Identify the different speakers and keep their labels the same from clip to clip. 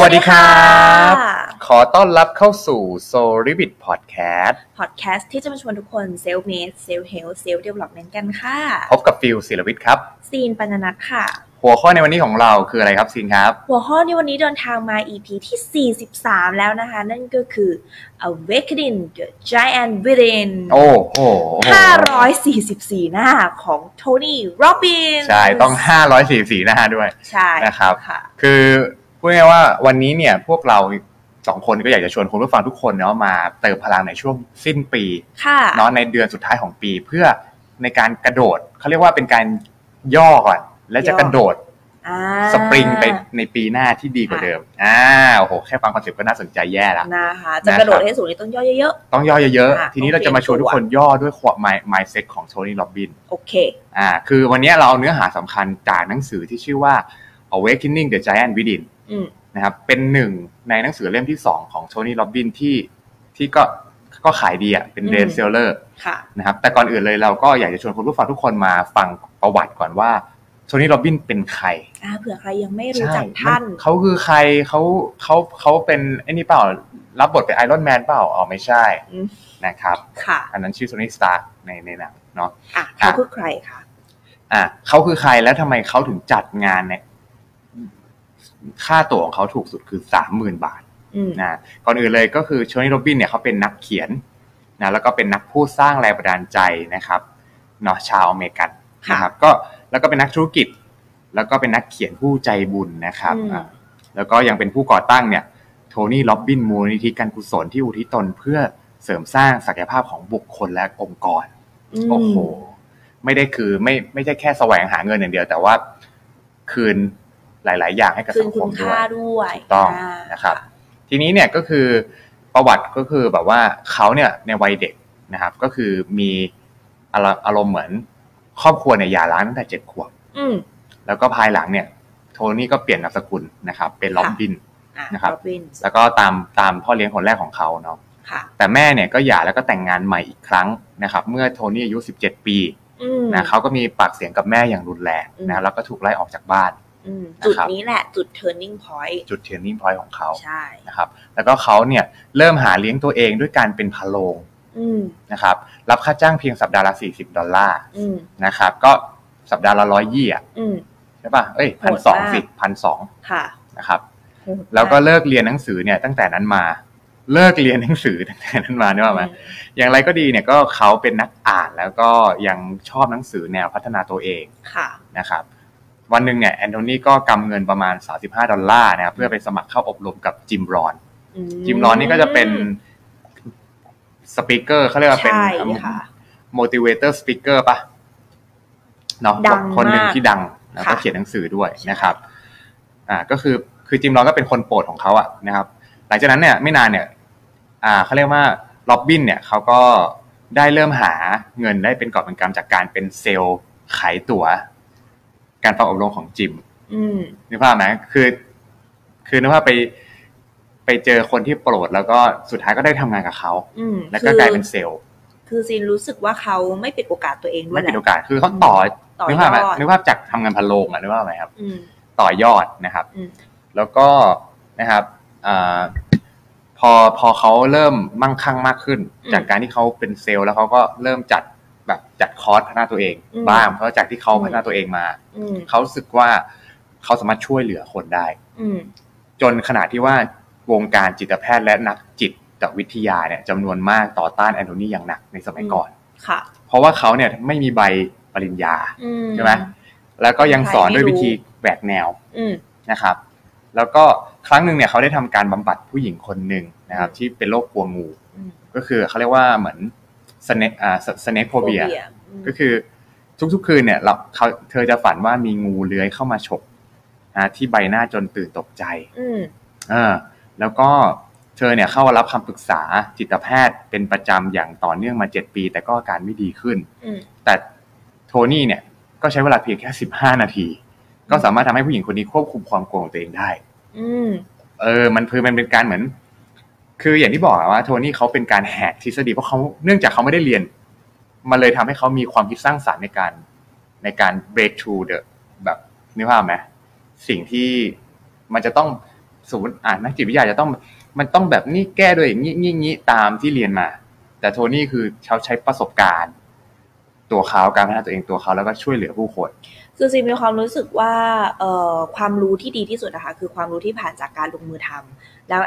Speaker 1: วัสดีครับ
Speaker 2: ขอต้อนรับเข้าสู่ s o l i b i t Podcast
Speaker 1: พอดแคสต์ที่จะมาชวนทุกคนเซลฟ์เมดเซลฟ์เฮลเซลฟ์เดเวล็อปเมนต์กันค่ะ
Speaker 2: พบกับฟิลศิลวิทย์ครับ
Speaker 1: ซีนปัญญนัทค่ะ
Speaker 2: หัวข้อในวันนี้ของเราคืออะไรครับซีนครับ
Speaker 1: หัวข้อในวันนี้เดินทางมา EP ที่ 43 แล้วนะคะ นั่นก็คือ Awakening the Giant Within
Speaker 2: โอ้โห
Speaker 1: 544 หน้าของโทนี่โรบิน
Speaker 2: ใช่ ต้อง 544หน้าด้วย
Speaker 1: ใช่
Speaker 2: นะครับ
Speaker 1: ค่ะ
Speaker 2: คือพูดง่ายๆว่าวันนี้เนี่ยพวกเราสองคนก็อยากจะชวนคุณผู้ฟังทุกคนเนาะมาเติมพลังในช่วงสิ้นปี
Speaker 1: ค่ะ
Speaker 2: เนาะในเดือนสุดท้ายของปี เพื่อในการกระโดดเขาเรียกว่าเป็นการย่อก่อน และจะกระโดด
Speaker 1: อ่า
Speaker 2: สปริงไปในปีหน้าที่ดีกว่าเดิม อ่า โอ้โห แค่ฟังคอนเซ็ปต์ก็น่าสนใจแย่ละ
Speaker 1: นะคะ จะ
Speaker 2: นะครับ
Speaker 1: กระโดดให้สูงนี่ต้องย่อเยอะ
Speaker 2: ต้องย่อเยอะ
Speaker 1: อ่ะ
Speaker 2: ๆ ทีนี้
Speaker 1: ต้อ
Speaker 2: เรา
Speaker 1: ง
Speaker 2: จะมาชวน
Speaker 1: เปลี่
Speaker 2: ทุ
Speaker 1: ยน
Speaker 2: กค
Speaker 1: ตัว
Speaker 2: นย่อด้วยความ mind mindset ของโทนี่ โรบบิน
Speaker 1: ๆ โอเค
Speaker 2: อ่า คือวันนี้เราเอาเนื้อหาสำคัญจากหนังสือที่ชื่อว่า Awakening the Giant Within
Speaker 1: อืม
Speaker 2: นะครับ เป็นหนึ่งในหนังสือเล่มที่ 2 ของโทนี่ โรบบินที่ที่ก็ก็ขายดีอ่ะ เป็น
Speaker 1: อืม
Speaker 2: เดนเซลเลอร์
Speaker 1: ค่ะ
Speaker 2: นะครับ แต่ก่อนอื่นเลยเราก็อยากจะชวนคุณผู้ฟังทุกคนมาฟังประวัติก่อนว่าโทนี่ โรบบินเป็นใคร
Speaker 1: อ่าเผื่อใครยังไม่รู้
Speaker 2: ใช่
Speaker 1: จักท่าน
Speaker 2: มัเขาคือใครเขาเขาเขาเป็นไอ้นี่เปล่า รับบทเป็นไอรอนแมนเปล่าอ๋อไม่ใช่
Speaker 1: อืม
Speaker 2: นะครับ
Speaker 1: ค่ะ
Speaker 2: อันนั้นชื่อโทนี่สตาร์ในในหนังเนาะ
Speaker 1: อ่ะ
Speaker 2: อ่ะ
Speaker 1: เขาคือใครคะ
Speaker 2: อ่ะเขาคือใครแล้วทำไมเขาถึงจัดงานเนี่ยค่าตั๋วของเขาถูกสุดคือสามหมื่นบาท
Speaker 1: อืม
Speaker 2: นะก่อนอื่นเลยก็คือโชนี่โรบินเนี่ยเขาเป็นนักเขียนนะแล้วก็เป็นนักผู้สร้างแรงบันดาลใจนะครับเนาะชาวอเมริกัน
Speaker 1: ค่ะ
Speaker 2: นะครับ ก็แล้วก็เป็นนักธุรกิจ แล้วก็เป็นนักเขียนผู้ใจบุญนะครับ
Speaker 1: อืม
Speaker 2: อ่ะ แล้วก็ยังเป็นผู้ก่อตั้งเนี่ยโทนี่ล็อบบินมูลนิธิการกุศลที่อุทิศตนเพื่อเสริมสร้างศักยภาพของบุคคลและองค์กร
Speaker 1: ม
Speaker 2: โอ้โห ไม่ได้คือไม่ไม่ใช่แค่แสวงหาเงินอย่างเดียว แต่ว่าคืนหลาย ๆ อย่างให้กับ
Speaker 1: คืน
Speaker 2: สังค
Speaker 1: คุ
Speaker 2: ม
Speaker 1: ณ
Speaker 2: ด้วย
Speaker 1: ค่าด้วย
Speaker 2: ถูกต้อง
Speaker 1: า
Speaker 2: นะครับ ทีนี้เนี่ยก็คือประวัติก็คือแบบว่าเขาเนี่ยในวัยเด็กนะครับ ก็คือมีอารอารมณ์เหมือนครอบครัวเนี่ยหย่าร้างตั้งแต่เจ็ดขวบ
Speaker 1: อืม
Speaker 2: แล้วก็ภายหลังเนี่ย โทนี่ก็เปลี่ยนนามสกุลนะครับ เป็นล็อบบิน
Speaker 1: อ่ะ
Speaker 2: นะครับ
Speaker 1: โบินส์
Speaker 2: แล้วก็ตามตามพ่อเลี้ยงคนแรกของเขาเนาะ
Speaker 1: ค่ะ
Speaker 2: แต่แม่เนี่ยก็หย่าแล้วก็แต่งงานใหม่อีกครั้งนะครับ เมื่อโทนี่อายุ 17 ปี
Speaker 1: อืม
Speaker 2: นะเขาก็มีปากเสียงกับแม่อย่างรุนแรง
Speaker 1: อืม
Speaker 2: นะแล้วก็ถูกไล่ออกจากบ้าน
Speaker 1: อืม
Speaker 2: นะครับ
Speaker 1: จุดนี้แหละจุด turning point
Speaker 2: จุดเทนนิ่งพอยของเขา
Speaker 1: ใช่
Speaker 2: นะครับแล้วก็เขาเนี่ยเริ่มหาเลี้ยงตัวเองด้วยการเป็นพะโลง
Speaker 1: อืม
Speaker 2: นะครับรับค่าจ้างเพียงสัปดาห์ละ 40 ดอลลาร์
Speaker 1: อืม
Speaker 2: นะครับก็สัปดาห์ละร้อยยี่อ่ะ
Speaker 1: อืม
Speaker 2: ใช่ป่ะเอ้ย
Speaker 1: โห
Speaker 2: พัน
Speaker 1: ด
Speaker 2: สอง
Speaker 1: มาก
Speaker 2: สิพันสอง
Speaker 1: ค่ะ
Speaker 2: นะครับ
Speaker 1: โหด
Speaker 2: แล้วก็
Speaker 1: มา
Speaker 2: เลิกเรียนหนังสือเนี่ยตั้งแต่นั้นมาเลิกเรียนหนังสือตั้งแต่นั้นมาเนี่ยว่าไหม อย่างไรก็ดีเนี่ยก็เขาเป็นนักอ่านแล้วก็ยังชอบหนังสือแนวพัฒนาตัวเอง
Speaker 1: ค่ะ
Speaker 2: นะครับ วันหนึ่งเนี่ยแอนโทนีก็กำเงินประมาณ 35 ดอลลาร์นะครับเพื่อไปสมัครเข้าอบรมกับจิมรอน
Speaker 1: อื
Speaker 2: จิมรอนนี่ก็จะเป็นสปิเกอร์เขาเรียกว่าเป็น
Speaker 1: ใช่ค่ะ
Speaker 2: motivator speaker ปะเนาะ
Speaker 1: ดังมาก
Speaker 2: คนหนึ่งที่ดังแล้วก็
Speaker 1: ค่ะ
Speaker 2: เขียนหนังสือด้วย
Speaker 1: ใช่
Speaker 2: นะครับ อ่าก็คือคือจิมรอนก็เป็นคนโปรดของเขาอะนะครับ หลังจากนั้นเนี่ยไม่นานเนี่ย อ่าเขาเรียกว่าล็อบบินเนี่ยเขาก็ได้เริ่มหาเงินได้เป็นกอบเป็นกำจากการเป็นเซลล์ขายตั๋ว การฟังอบรมของจิม
Speaker 1: อืม
Speaker 2: นึกภาพไหมคือ คือนึกภาพไป ไปเจอคนที่โปรดแล้วก็สุดท้ายก็ได้ทำงานกับเขา
Speaker 1: อืม
Speaker 2: แล้วก็
Speaker 1: คือก
Speaker 2: ลายเป็นเซลล์
Speaker 1: คือซีนรู้สึกว่าเขาไม่ปิดโอกาสตัวเองด้ว
Speaker 2: ไม่
Speaker 1: ยแห
Speaker 2: ปิ
Speaker 1: ละ
Speaker 2: ดโอกาส คือเขาต่อ
Speaker 1: ต่อ
Speaker 2: นึก
Speaker 1: ย
Speaker 2: ภาพไหม
Speaker 1: อด
Speaker 2: นึกภาพจากทำงานพันโลงอะนึกภาพไหมครับ
Speaker 1: อืม
Speaker 2: ต่อยอดนะครับ
Speaker 1: อืม
Speaker 2: แล้วก็นะครับอาพอพอเขาเริ่มมั่งคั่งมากขึ้น
Speaker 1: อืม
Speaker 2: จากการที่เขาเป็นเซลล์แล้วเขาก็เริ่มจัดแบบจัดคอร์สพัฒนาตัวเอง
Speaker 1: อืม
Speaker 2: บ้างเพราะจากที่เขาพัฒนาตัวเองมา
Speaker 1: อืม
Speaker 2: เขารู้สึกว่าเขาสามารถช่วยเหลือคนได้
Speaker 1: อืม
Speaker 2: จนขนาดที่ว่าวงการจิตแพทย์และนักจิตวิทยาเนี่ยจำนวนมากต่อต้านแอนโทนีอย่างหนักในสมัยก่อน
Speaker 1: ค่ะ
Speaker 2: เพราะว่าเขาเนี่ยไม่มีใบปริญญา
Speaker 1: อืม
Speaker 2: ใช่ไหม แล้วก็ยังสอนด้วย
Speaker 1: ไม่รู้
Speaker 2: วิธีแหวกแนว
Speaker 1: อืม
Speaker 2: นะครับ แล้วก็ครั้งหนึ่งเนี่ยเขาได้ทำการบำบัดผู้หญิงคนหนึ่งนะครับ ที่เป็นโรคกลัวงู
Speaker 1: อืม
Speaker 2: ก็คือเขาเรียกว่าเหมือนสเนอ่าสเนคโฟเบีย
Speaker 1: phobia อืม
Speaker 2: ก็คือทุกๆคืนเนี่ยเราเขาเธอจะฝันว่ามีงูเลื้อยเข้ามาฉกนะที่ใบหน้าจนตื่นตกใจ
Speaker 1: อืม
Speaker 2: เออแล้วก็เธอเนี่ยเข้ารับคำปรึกษาจิตแพทย์เป็นประจำอย่างต่อเนื่องมาเจ็ดปี แต่ก็อาการไม่ดีขึ้น
Speaker 1: อืม
Speaker 2: แต่โทนี่เนี่ยก็ใช้เวลาเพียงแค่ 15 นาที ก็สามารถทำให้ผู้หญิงคนนี้ควบคุมความโกรธของตัวเองได้
Speaker 1: อืม
Speaker 2: เออมันคือมันเป็นการเหมือน คืออย่างที่บอกอะว่าโทนี่เขาเป็นการแหกทฤษฎีเพราะเขาเนื่องจากเขาไม่ได้เรียน มันเลยทำให้เขามีความคิดสร้างสารรค์ในการในการ break through the แบบนึกภาพไหมสิ่งที่มันจะต้อง สมมติอ่านนักจิตวิทยาจะต้องมันต้องแบบนี้แก้โดวยอย่างนี้งี้งี้ตามที่เรียนมา แต่โทนี่คือเขาใช้ประสบการณ์ ตัวเขาการพัฒนาตัวเองตัวเขาแล้วก็ช่วยเหลือผู้คน
Speaker 1: คือซีมีความรู้สึกว่าเอ่อความรู้ที่ดีที่สุดนะคะคือความรู้ที่ผ่านจากการลงมือทำแล้ว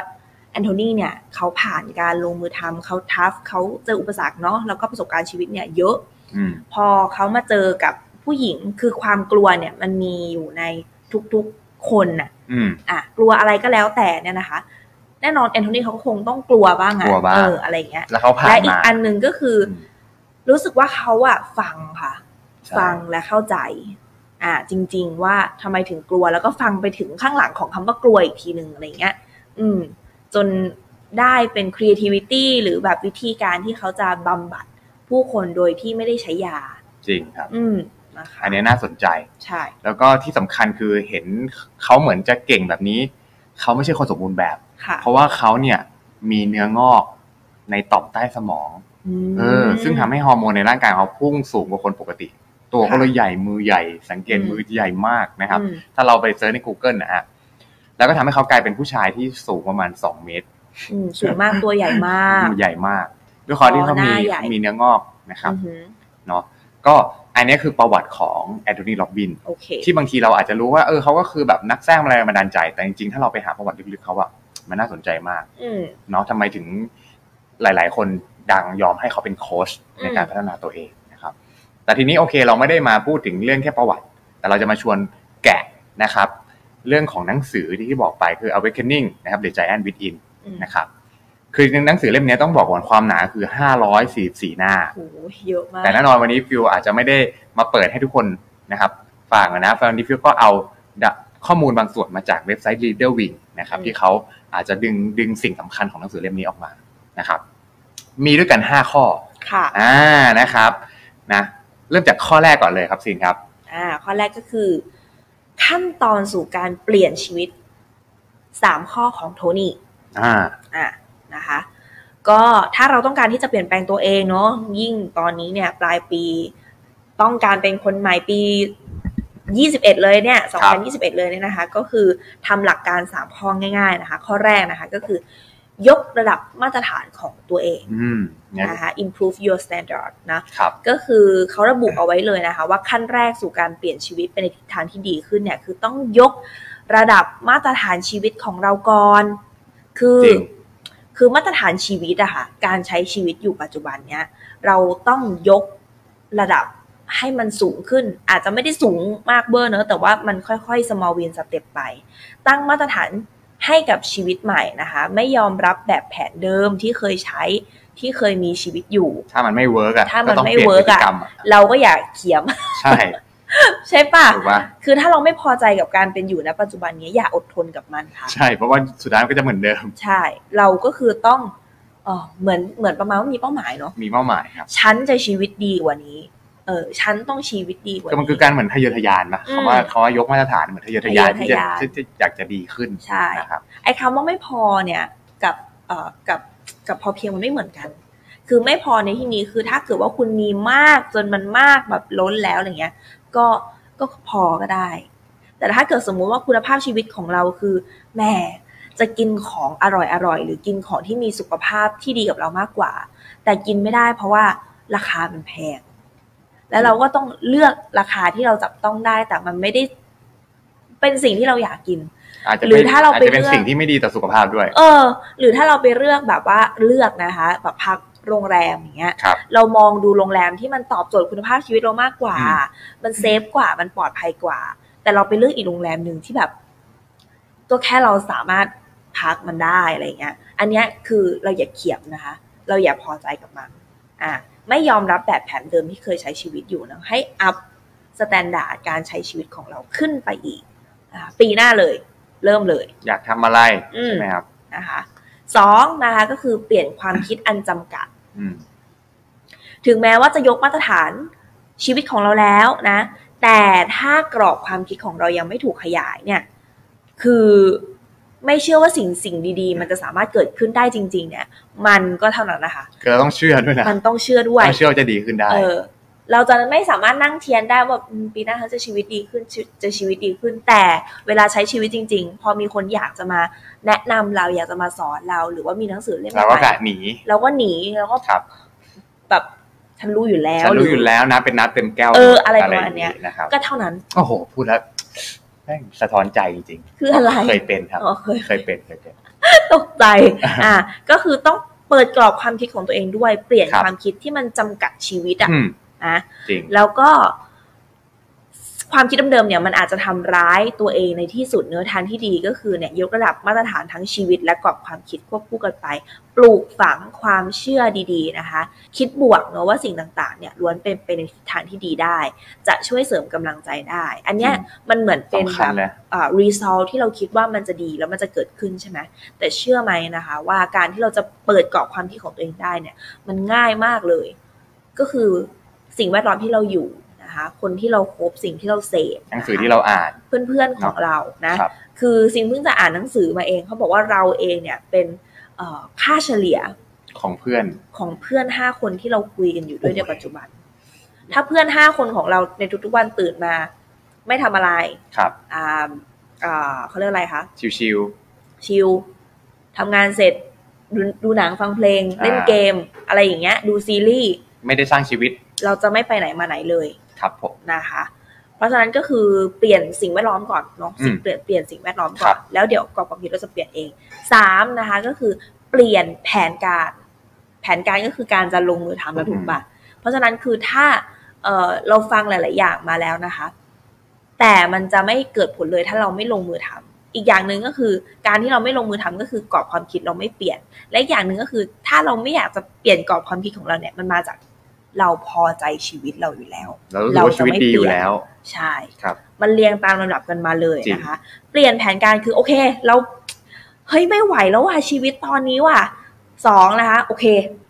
Speaker 1: แอนโทนีเนี่ยเขาผ่านการลงมือทำเขาทัฟเขาเจออุปสรรคเนาะแล้วก็ประสบการณ์ชีวิตเนี่ยเยอะ
Speaker 2: อืม
Speaker 1: พอเขามาเจอกับผู้หญิงคือความกลัวเนี่ยมันมีอยู่ในทุกๆคนน่ะ
Speaker 2: อืม
Speaker 1: อ่ะกลัวอะไรก็แล้วแต่เนี่ยนะคะ แน่นอนแอนโทนีเขาก็คงต้องกลัวบ้างอะ
Speaker 2: กลัวบ้าง
Speaker 1: เอออะไรอย่างเงี้ย
Speaker 2: แล้วเขาผ่าน
Speaker 1: และอีก
Speaker 2: มา
Speaker 1: อันหนึ่งก็คืออ
Speaker 2: ม
Speaker 1: รู้สึกว่าเขาอะฟังค่ะ
Speaker 2: ใช่
Speaker 1: ฟังและเข้าใจ อ่า จริง ๆ ว่าทำไมถึงกลัวแล้วก็ฟังไปถึงข้างหลังของคำว่ากลัวอีกทีหนึ่งอะไรเงี้ย อืม จนได้เป็น creativity หรือแบบวิธีการที่เขาจะบำบัดผู้คนโดยที่ไม่ได้ใช้ยา
Speaker 2: จริงครับ
Speaker 1: อืมนะคะ
Speaker 2: อันนี้น่าสนใจ
Speaker 1: ใช่
Speaker 2: แล้วก็ที่สำคัญคือเห็นเขาเหมือนจะเก่งแบบนี้ เขาไม่ใช่คนสมบูรณ์แบบ
Speaker 1: ค่ะ
Speaker 2: เพราะว่าเขาเนี่ยมีเนื้องอกในต่อมใต้สมอง
Speaker 1: ม
Speaker 2: เออ ซึ่งทำให้ฮอร์โมนในร่างกายเขาพุ่งสูงกว่าคนปกติ ตัวเขาเลยใหญ่มือใหญ่ สังเกต
Speaker 1: อืม
Speaker 2: มือใหญ่มากนะครับ
Speaker 1: อืม
Speaker 2: ถ้าเราไปเซิร์ชใน Google นะฮะแล้วก็ทำให้เขากลายเป็นผู้ชายที่สูงประมาณ 2 เมตร
Speaker 1: อืมสูงมากตัวใหญ่มาก
Speaker 2: มือใหญ่มาก ด้วยความที่เขา
Speaker 1: อ๋อ
Speaker 2: มี
Speaker 1: หน้าใหญ่
Speaker 2: มีเนื้องอกนะครับ
Speaker 1: อือหือ
Speaker 2: เนาะก็อันนี้คือประวัติของแอนโทนีล็อบบิน
Speaker 1: โอเค
Speaker 2: ที่บางทีเราอาจจะรู้ว่าเออเขาก็คือแบบนักสร้างแรงบันดาลใจ แต่จริงๆ ถ้าเราไปหาประวัติลึกๆเขาอะมันน่าสนใจมาก
Speaker 1: อืม
Speaker 2: เนาะทำไมถึงหลาย ๆ คนดังยอมให้เขาเป็นโค้ชในการ
Speaker 1: อืม
Speaker 2: พัฒนาตัวเองนะครับ แต่ทีนี้โอเคเราไม่ได้มาพูดถึงเรื่องแค่ประวัติ แต่เราจะมาชวนแกะนะครับ เรื่องของหนังสือที่บอกไปคือ awakening นะครับ the giant within
Speaker 1: อืม
Speaker 2: นะครับ คือหนังสือเล่มนี้ต้องบอกก่อนความหนาคือ 544 หน้า
Speaker 1: โอ้โหเยอะมาก
Speaker 2: แต่แน่นอนวันนี้ฟิวอาจจะไม่ได้มาเปิดให้ทุกคนนะครับฟังนะฟังนี้ฟิวก็เอาดะข้อมูลบางส่วนมาจากเว็บไซต์ Reader Wing นะครับ
Speaker 1: อืม
Speaker 2: ที่เขาอาจจะดึงดึงสิ่งสำคัญของหนังสือเล่มนี้ออกมานะครับ มีด้วยกัน 5 ข้อ
Speaker 1: ค่ะ
Speaker 2: อ่านะครับนะเริ่มจากข้อแรกก่อนเลยครับซินครับ
Speaker 1: อ่าข้อแรกก็คือ ขั้นตอนสู่การเปลี่ยนชีวิตสามข้อของโทนี่
Speaker 2: อ่า
Speaker 1: อ่ะนะคะก็ถ้าเราต้องการที่จะเปลี่ยนแปลงตัวเองเนาะยิ่งตอนนี้เนี่ยปลายปีต้องการเป็นคนใหม่ปี 21 เลยเนี่ย
Speaker 2: ครับ
Speaker 1: 2021 เลยเนี่ยนะคะ ก็คือทำหลักการ 3 ข้อง่าย ๆนะคะ ข้อแรกนะคะก็คือยกระดับมาตรฐานของตัวเอง
Speaker 2: อืมเนี่ย
Speaker 1: นะคะ improve your standard นะ
Speaker 2: ครับ
Speaker 1: ก็คือเขาระบุเอาไว้เลยนะคะ ว่าขั้นแรกสู่การเปลี่ยนชีวิตไปในทิศทางที่ดีขึ้นเนี่ย คือต้องยกระดับมาตรฐานชีวิตของเราก่อน คือ
Speaker 2: จริง
Speaker 1: คือมาตรฐานชีวิตอะค่ะการใช้ชีวิตอยู่ปัจจุบันเนี้ยเราต้องยกระดับให้มันสูงขึ้น อาจจะไม่ได้สูงมากเบอร์เนอะแต่ว่ามันค่อยๆ small win step ไป ตั้งมาตรฐานให้กับชีวิตใหม่นะคะ ไม่ยอมรับแบบแผนเดิมที่เคยใช้ที่เคยมีชีวิตอยู่
Speaker 2: ถ้ามันไม่เวิร์กอะ
Speaker 1: ถ้ามัน
Speaker 2: ก็ต้อง
Speaker 1: ไม่
Speaker 2: เปลี่ยนพฤ
Speaker 1: work
Speaker 2: ติ
Speaker 1: อะ
Speaker 2: กรรมอะ
Speaker 1: เราก็อย่าเขียม
Speaker 2: ใช่
Speaker 1: ใช่ปะ
Speaker 2: ถูกปะ
Speaker 1: คือถ้าเราไม่พอใจกับการเป็นอยู่ณปัจจุบันเนี้ยอย่าอดทนกับมันค่ะ
Speaker 2: ใช่เพราะว่าสุดท้ายมันก็จะเหมือนเดิม
Speaker 1: ใช่ เราก็คือต้องเออเหมือนเหมือนประมาณว่ามีเป้าหมายเนาะ
Speaker 2: มีเป้าหมายครับ
Speaker 1: ฉันจะชีวิตดีกว่านี้ เออ ฉันต้องชีวิตดีกว่า
Speaker 2: ก็มัน
Speaker 1: นี้
Speaker 2: คือการเหมือนทะเยอทะยานนะ
Speaker 1: อืม
Speaker 2: คำว่าคำว่ายกมาตรฐานเหมือนทะเยอทะยาน
Speaker 1: ทะ
Speaker 2: ที่
Speaker 1: เย
Speaker 2: จะ
Speaker 1: อทะยาน
Speaker 2: ที่จะอยากจะดีขึ้น
Speaker 1: ใช่
Speaker 2: นะครับ
Speaker 1: ไอ้คำว่าไม่พอเนี่ยกับเอ่อกับกับพอเพียงมันไม่เหมือนกัน คือไม่พอในที่นี้คือถ้าเกิดว่าคุณมีมากจนมันมากแบบล้นแล้วอะไรเงี้ย ก็ก็พอก็ได้ แต่ถ้าเกิดสมมุติว่าคุณภาพชีวิตของเราคือแหมจะกินของอร่อยอร่อยหรือกินของที่มีสุขภาพที่ดีกับเรามากกว่า แต่กินไม่ได้เพราะว่าราคามันแพง แล้วเราก็ต้องเลือกราคาที่เราจับต้องได้แต่มันไม่ได้เป็นสิ่งที่เราอยากกิน
Speaker 2: อาจจะ
Speaker 1: หรือถ้าเรา
Speaker 2: อาจจะเป็น
Speaker 1: ไปเลือก
Speaker 2: สิ่งที่ไม่ดีต่อสุขภาพด้วย
Speaker 1: เออ หรือถ้าเราไปเลือกแบบว่าเลือกนะคะ แบบพักโรงแรมอย่างเงี้ย
Speaker 2: ครับ
Speaker 1: เรามองดูโรงแรมที่มันตอบโจทย์คุณภาพชีวิตเรามากกว่า
Speaker 2: อืม
Speaker 1: มันเซฟกว่า มันปลอดภัยกว่า แต่เราไปเลือกอีกโรงแรมหนึ่งที่แบบ ก็แค่เราสามารถพักมันได้อะไรเงี้ย อันเนี้ยคือเราอย่าเขียบนะคะ เราอย่าพอใจกับมัน อ่ะไม่ยอมรับแบบแผนเดิมที่เคยใช้ชีวิตอยู่นะให้อัพสแตนดาร์ดการใช้ชีวิตของเราขึ้นไปอีกอะปีหน้าเลย เริ่มเลย
Speaker 2: อยากทำอะไร
Speaker 1: อืม
Speaker 2: ใช่ไหมครับ
Speaker 1: นะคะสองนะคะก็คือเปลี่ยนความคิดอันจำกัด
Speaker 2: อืม
Speaker 1: ถึงแม้ว่าจะยกมาตรฐานชีวิตของเราแล้วนะ แต่ถ้ากรอบความคิดของเรายังไม่ถูกขยายเนี่ย คือไม่เชื่อว่าสิ่งสิ่งดีๆ มันจะสามารถเกิดขึ้นได้จริง ๆ เนี่ย มันก็เท่านั้นนะคะ
Speaker 2: คือเราต้องเชื่อด้วยนะ
Speaker 1: มันต้องเชื่อด้วย
Speaker 2: ต้องเชื่อว่าจะดีขึ้นได้
Speaker 1: เออ เราจะไม่สามารถนั่งเทียนได้ว่าอืมปีหน้าฉันจะชีวิตดีขึ้นชีวิตจะชีวิตดีขึ้น แต่เวลาใช้ชีวิตจริง ๆ พอมีคนอยากจะมาแนะนำเราอยากจะมาสอนเรา หรือว่ามีหนังสือเล่มให
Speaker 2: เราก็
Speaker 1: ม่
Speaker 2: กะหนี
Speaker 1: เราก็หนีเราก็
Speaker 2: ครับ
Speaker 1: แบบฉันรู้อยู่แล้ว
Speaker 2: ฉันรู้
Speaker 1: ห
Speaker 2: อยู่แล้วนะเป็นนัดเต็มแก้ว
Speaker 1: เอออะไรประมาณ
Speaker 2: ย่ง
Speaker 1: เนี้ย
Speaker 2: นะครับ
Speaker 1: ก็เท่านั้น
Speaker 2: โอ้โหพูดแล้วแม่งสะท้อนใจจริงๆ
Speaker 1: คืออะไร
Speaker 2: เคยเป็นครับ
Speaker 1: อ๋อเคย
Speaker 2: เคยเป็นเคยเป็น
Speaker 1: ตกใจ อ่ะ ก็คือต้องเปิดกรอบความคิดของตัวเองด้วย เปลี่ยน
Speaker 2: ครับ
Speaker 1: ความคิดที่มันจำกัดชีวิตอ่ะ
Speaker 2: อืม
Speaker 1: นะ
Speaker 2: จริง
Speaker 1: แล้วก็ ความคิดเดิมๆเนี่ย มันอาจจะทำร้ายตัวเองในที่สุดเนื้อทางที่ดีก็คือเนี่ย ยกระดับมาตรฐานทั้งชีวิต และกรอบความคิดควบคู่กันไป ปลูกฝังความเชื่อดีๆนะคะ คิดบวกเนอะว่าสิ่งต่างๆ เนี่ยล้วนเป็นเป็นในทิศทางที่ดีได้ จะช่วยเสริมกำลังใจได้ อันเนี้ย
Speaker 2: อืม
Speaker 1: มันเหมือนเป็น
Speaker 2: สำ
Speaker 1: แบ
Speaker 2: คัญ
Speaker 1: บ
Speaker 2: เลย
Speaker 1: อ่า result ที่เราคิดว่ามันจะดีแล้วมันจะเกิดขึ้นใช่ไหมแต่เชื่อไหมนะคะ ว่าการที่เราจะเปิดกรอบความคิดของตัวเองได้เนี่ย มันง่ายมากเลย ก็คือสิ่งแวดล้อมที่เราอยู่นะคะ คนที่เราคบสิ่งที่เราเสพ
Speaker 2: หนังสือที่เราอ่าน
Speaker 1: เพื่อนๆของเรานะครับ คือสิ่งเพิ่งจะอ่านหนังสือมาเองเขาบอกว่าเราเองเนี่ยเป็นเอ่อค่าเฉลี่ย
Speaker 2: ของเพื่อน
Speaker 1: ของเพื่อนห้าคนที่เราคุยกันอยู่ด้วยในปัจจุบัน ถ้าเพื่อนห้าคนของเราในทุกๆวันตื่นมา ไม่ทำอะไร
Speaker 2: ครับ
Speaker 1: อ่าอ่าเขาเรียกอะไรคะ
Speaker 2: ชิว
Speaker 1: ชิลทำงานเสร็จดูดูหนังฟังเพลง
Speaker 2: อ่า
Speaker 1: เล่นเกม อะไรอย่างเงี้ย ดูซีรีส์
Speaker 2: ๆไม่ได้สร้างชีวิต
Speaker 1: เราจะไม่ไปไหนมาไหนเลย
Speaker 2: ครับผม
Speaker 1: นะคะ เพราะฉะนั้นก็คือเปลี่ยนสิ่งแวดล้อมก่อนเนาะ
Speaker 2: อืม
Speaker 1: เปลี่ยนเปลี่ยนสิ่งแวดล้อม
Speaker 2: ค
Speaker 1: ก่
Speaker 2: รั
Speaker 1: อน
Speaker 2: บ
Speaker 1: แล้วเดี๋ยวกรอบความคิดเราจะเปลี่ยนเองสามนะคะก็คือเปลี่ยนแผนการ แผนการก็คือการจะลงมือทำแล้วถูกปะเพราะฉะนั้นคือถ้าเอ่อเราฟังหลาย ๆ อย่างมาแล้วนะคะ แต่มันจะไม่เกิดผลเลยถ้าเราไม่ลงมือทำอีกอย่างหนึ่งก็คือ การที่เราไม่ลงมือทำก็คือกรอบความคิดเราไม่เปลี่ยน และอีกอย่างหนึ่งก็คือ ถ้าเราไม่อยากจะเปลี่ยนกรอบความคิดของเราเนี่ย มันมาจากเราพอใจชีวิตเราอยู่แล้ว
Speaker 2: เรารู้สึกว่าชีวิตดีอยู่แล้ว
Speaker 1: ใช่
Speaker 2: ครับ
Speaker 1: มันเรียงตามลำดับกันมาเลย
Speaker 2: จริง
Speaker 1: นะคะ เปลี่ยนแผนการคือโอเค เราเฮ้ยไม่ไหวแล้วว่ะชีวิตตอนนี้ว่ะสองนะคะ โอเค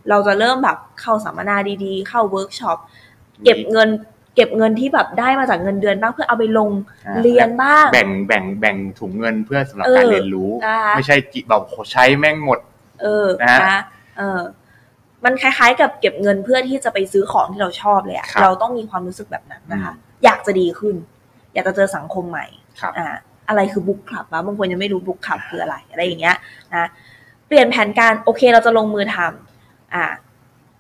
Speaker 1: เราจะเริ่มแบบเข้าสัมมนาดีๆ เข้าเวิร์กช็อปเก็บเงิน เก็บเงินที่แบบได้มาจากเงินเดือนบ้างเพื่อเอาไปลง
Speaker 2: อ่า
Speaker 1: เรียนบ้าง
Speaker 2: แบ่งแบ่งแบ่งถุงเงินเพื่อสำหรับ
Speaker 1: เออ
Speaker 2: การเรียนรู้
Speaker 1: อ่า
Speaker 2: ไม่ใช่กิแบบโหใช้แม่งหมด
Speaker 1: เออ
Speaker 2: นะฮะ
Speaker 1: นะเออ มันคล้ายๆกับเก็บเงินเพื่อที่จะไปซื้อของที่เราชอบเลยอะ
Speaker 2: ครับ
Speaker 1: เราต้องมีความรู้สึกแบบนั้นนะคะ
Speaker 2: อื
Speaker 1: อยากจะดีขึ้น อยากจะเจอสังคมใหม่
Speaker 2: ครับ
Speaker 1: อ่าอะไรคือบุ๊กคลับวะบางคนยังไม่รู้บุ๊กคลับคืออะไรอะไรอย่างเงี้ยนะเปลี่ยนแผนการโอเคเราจะลงมือทำอ่า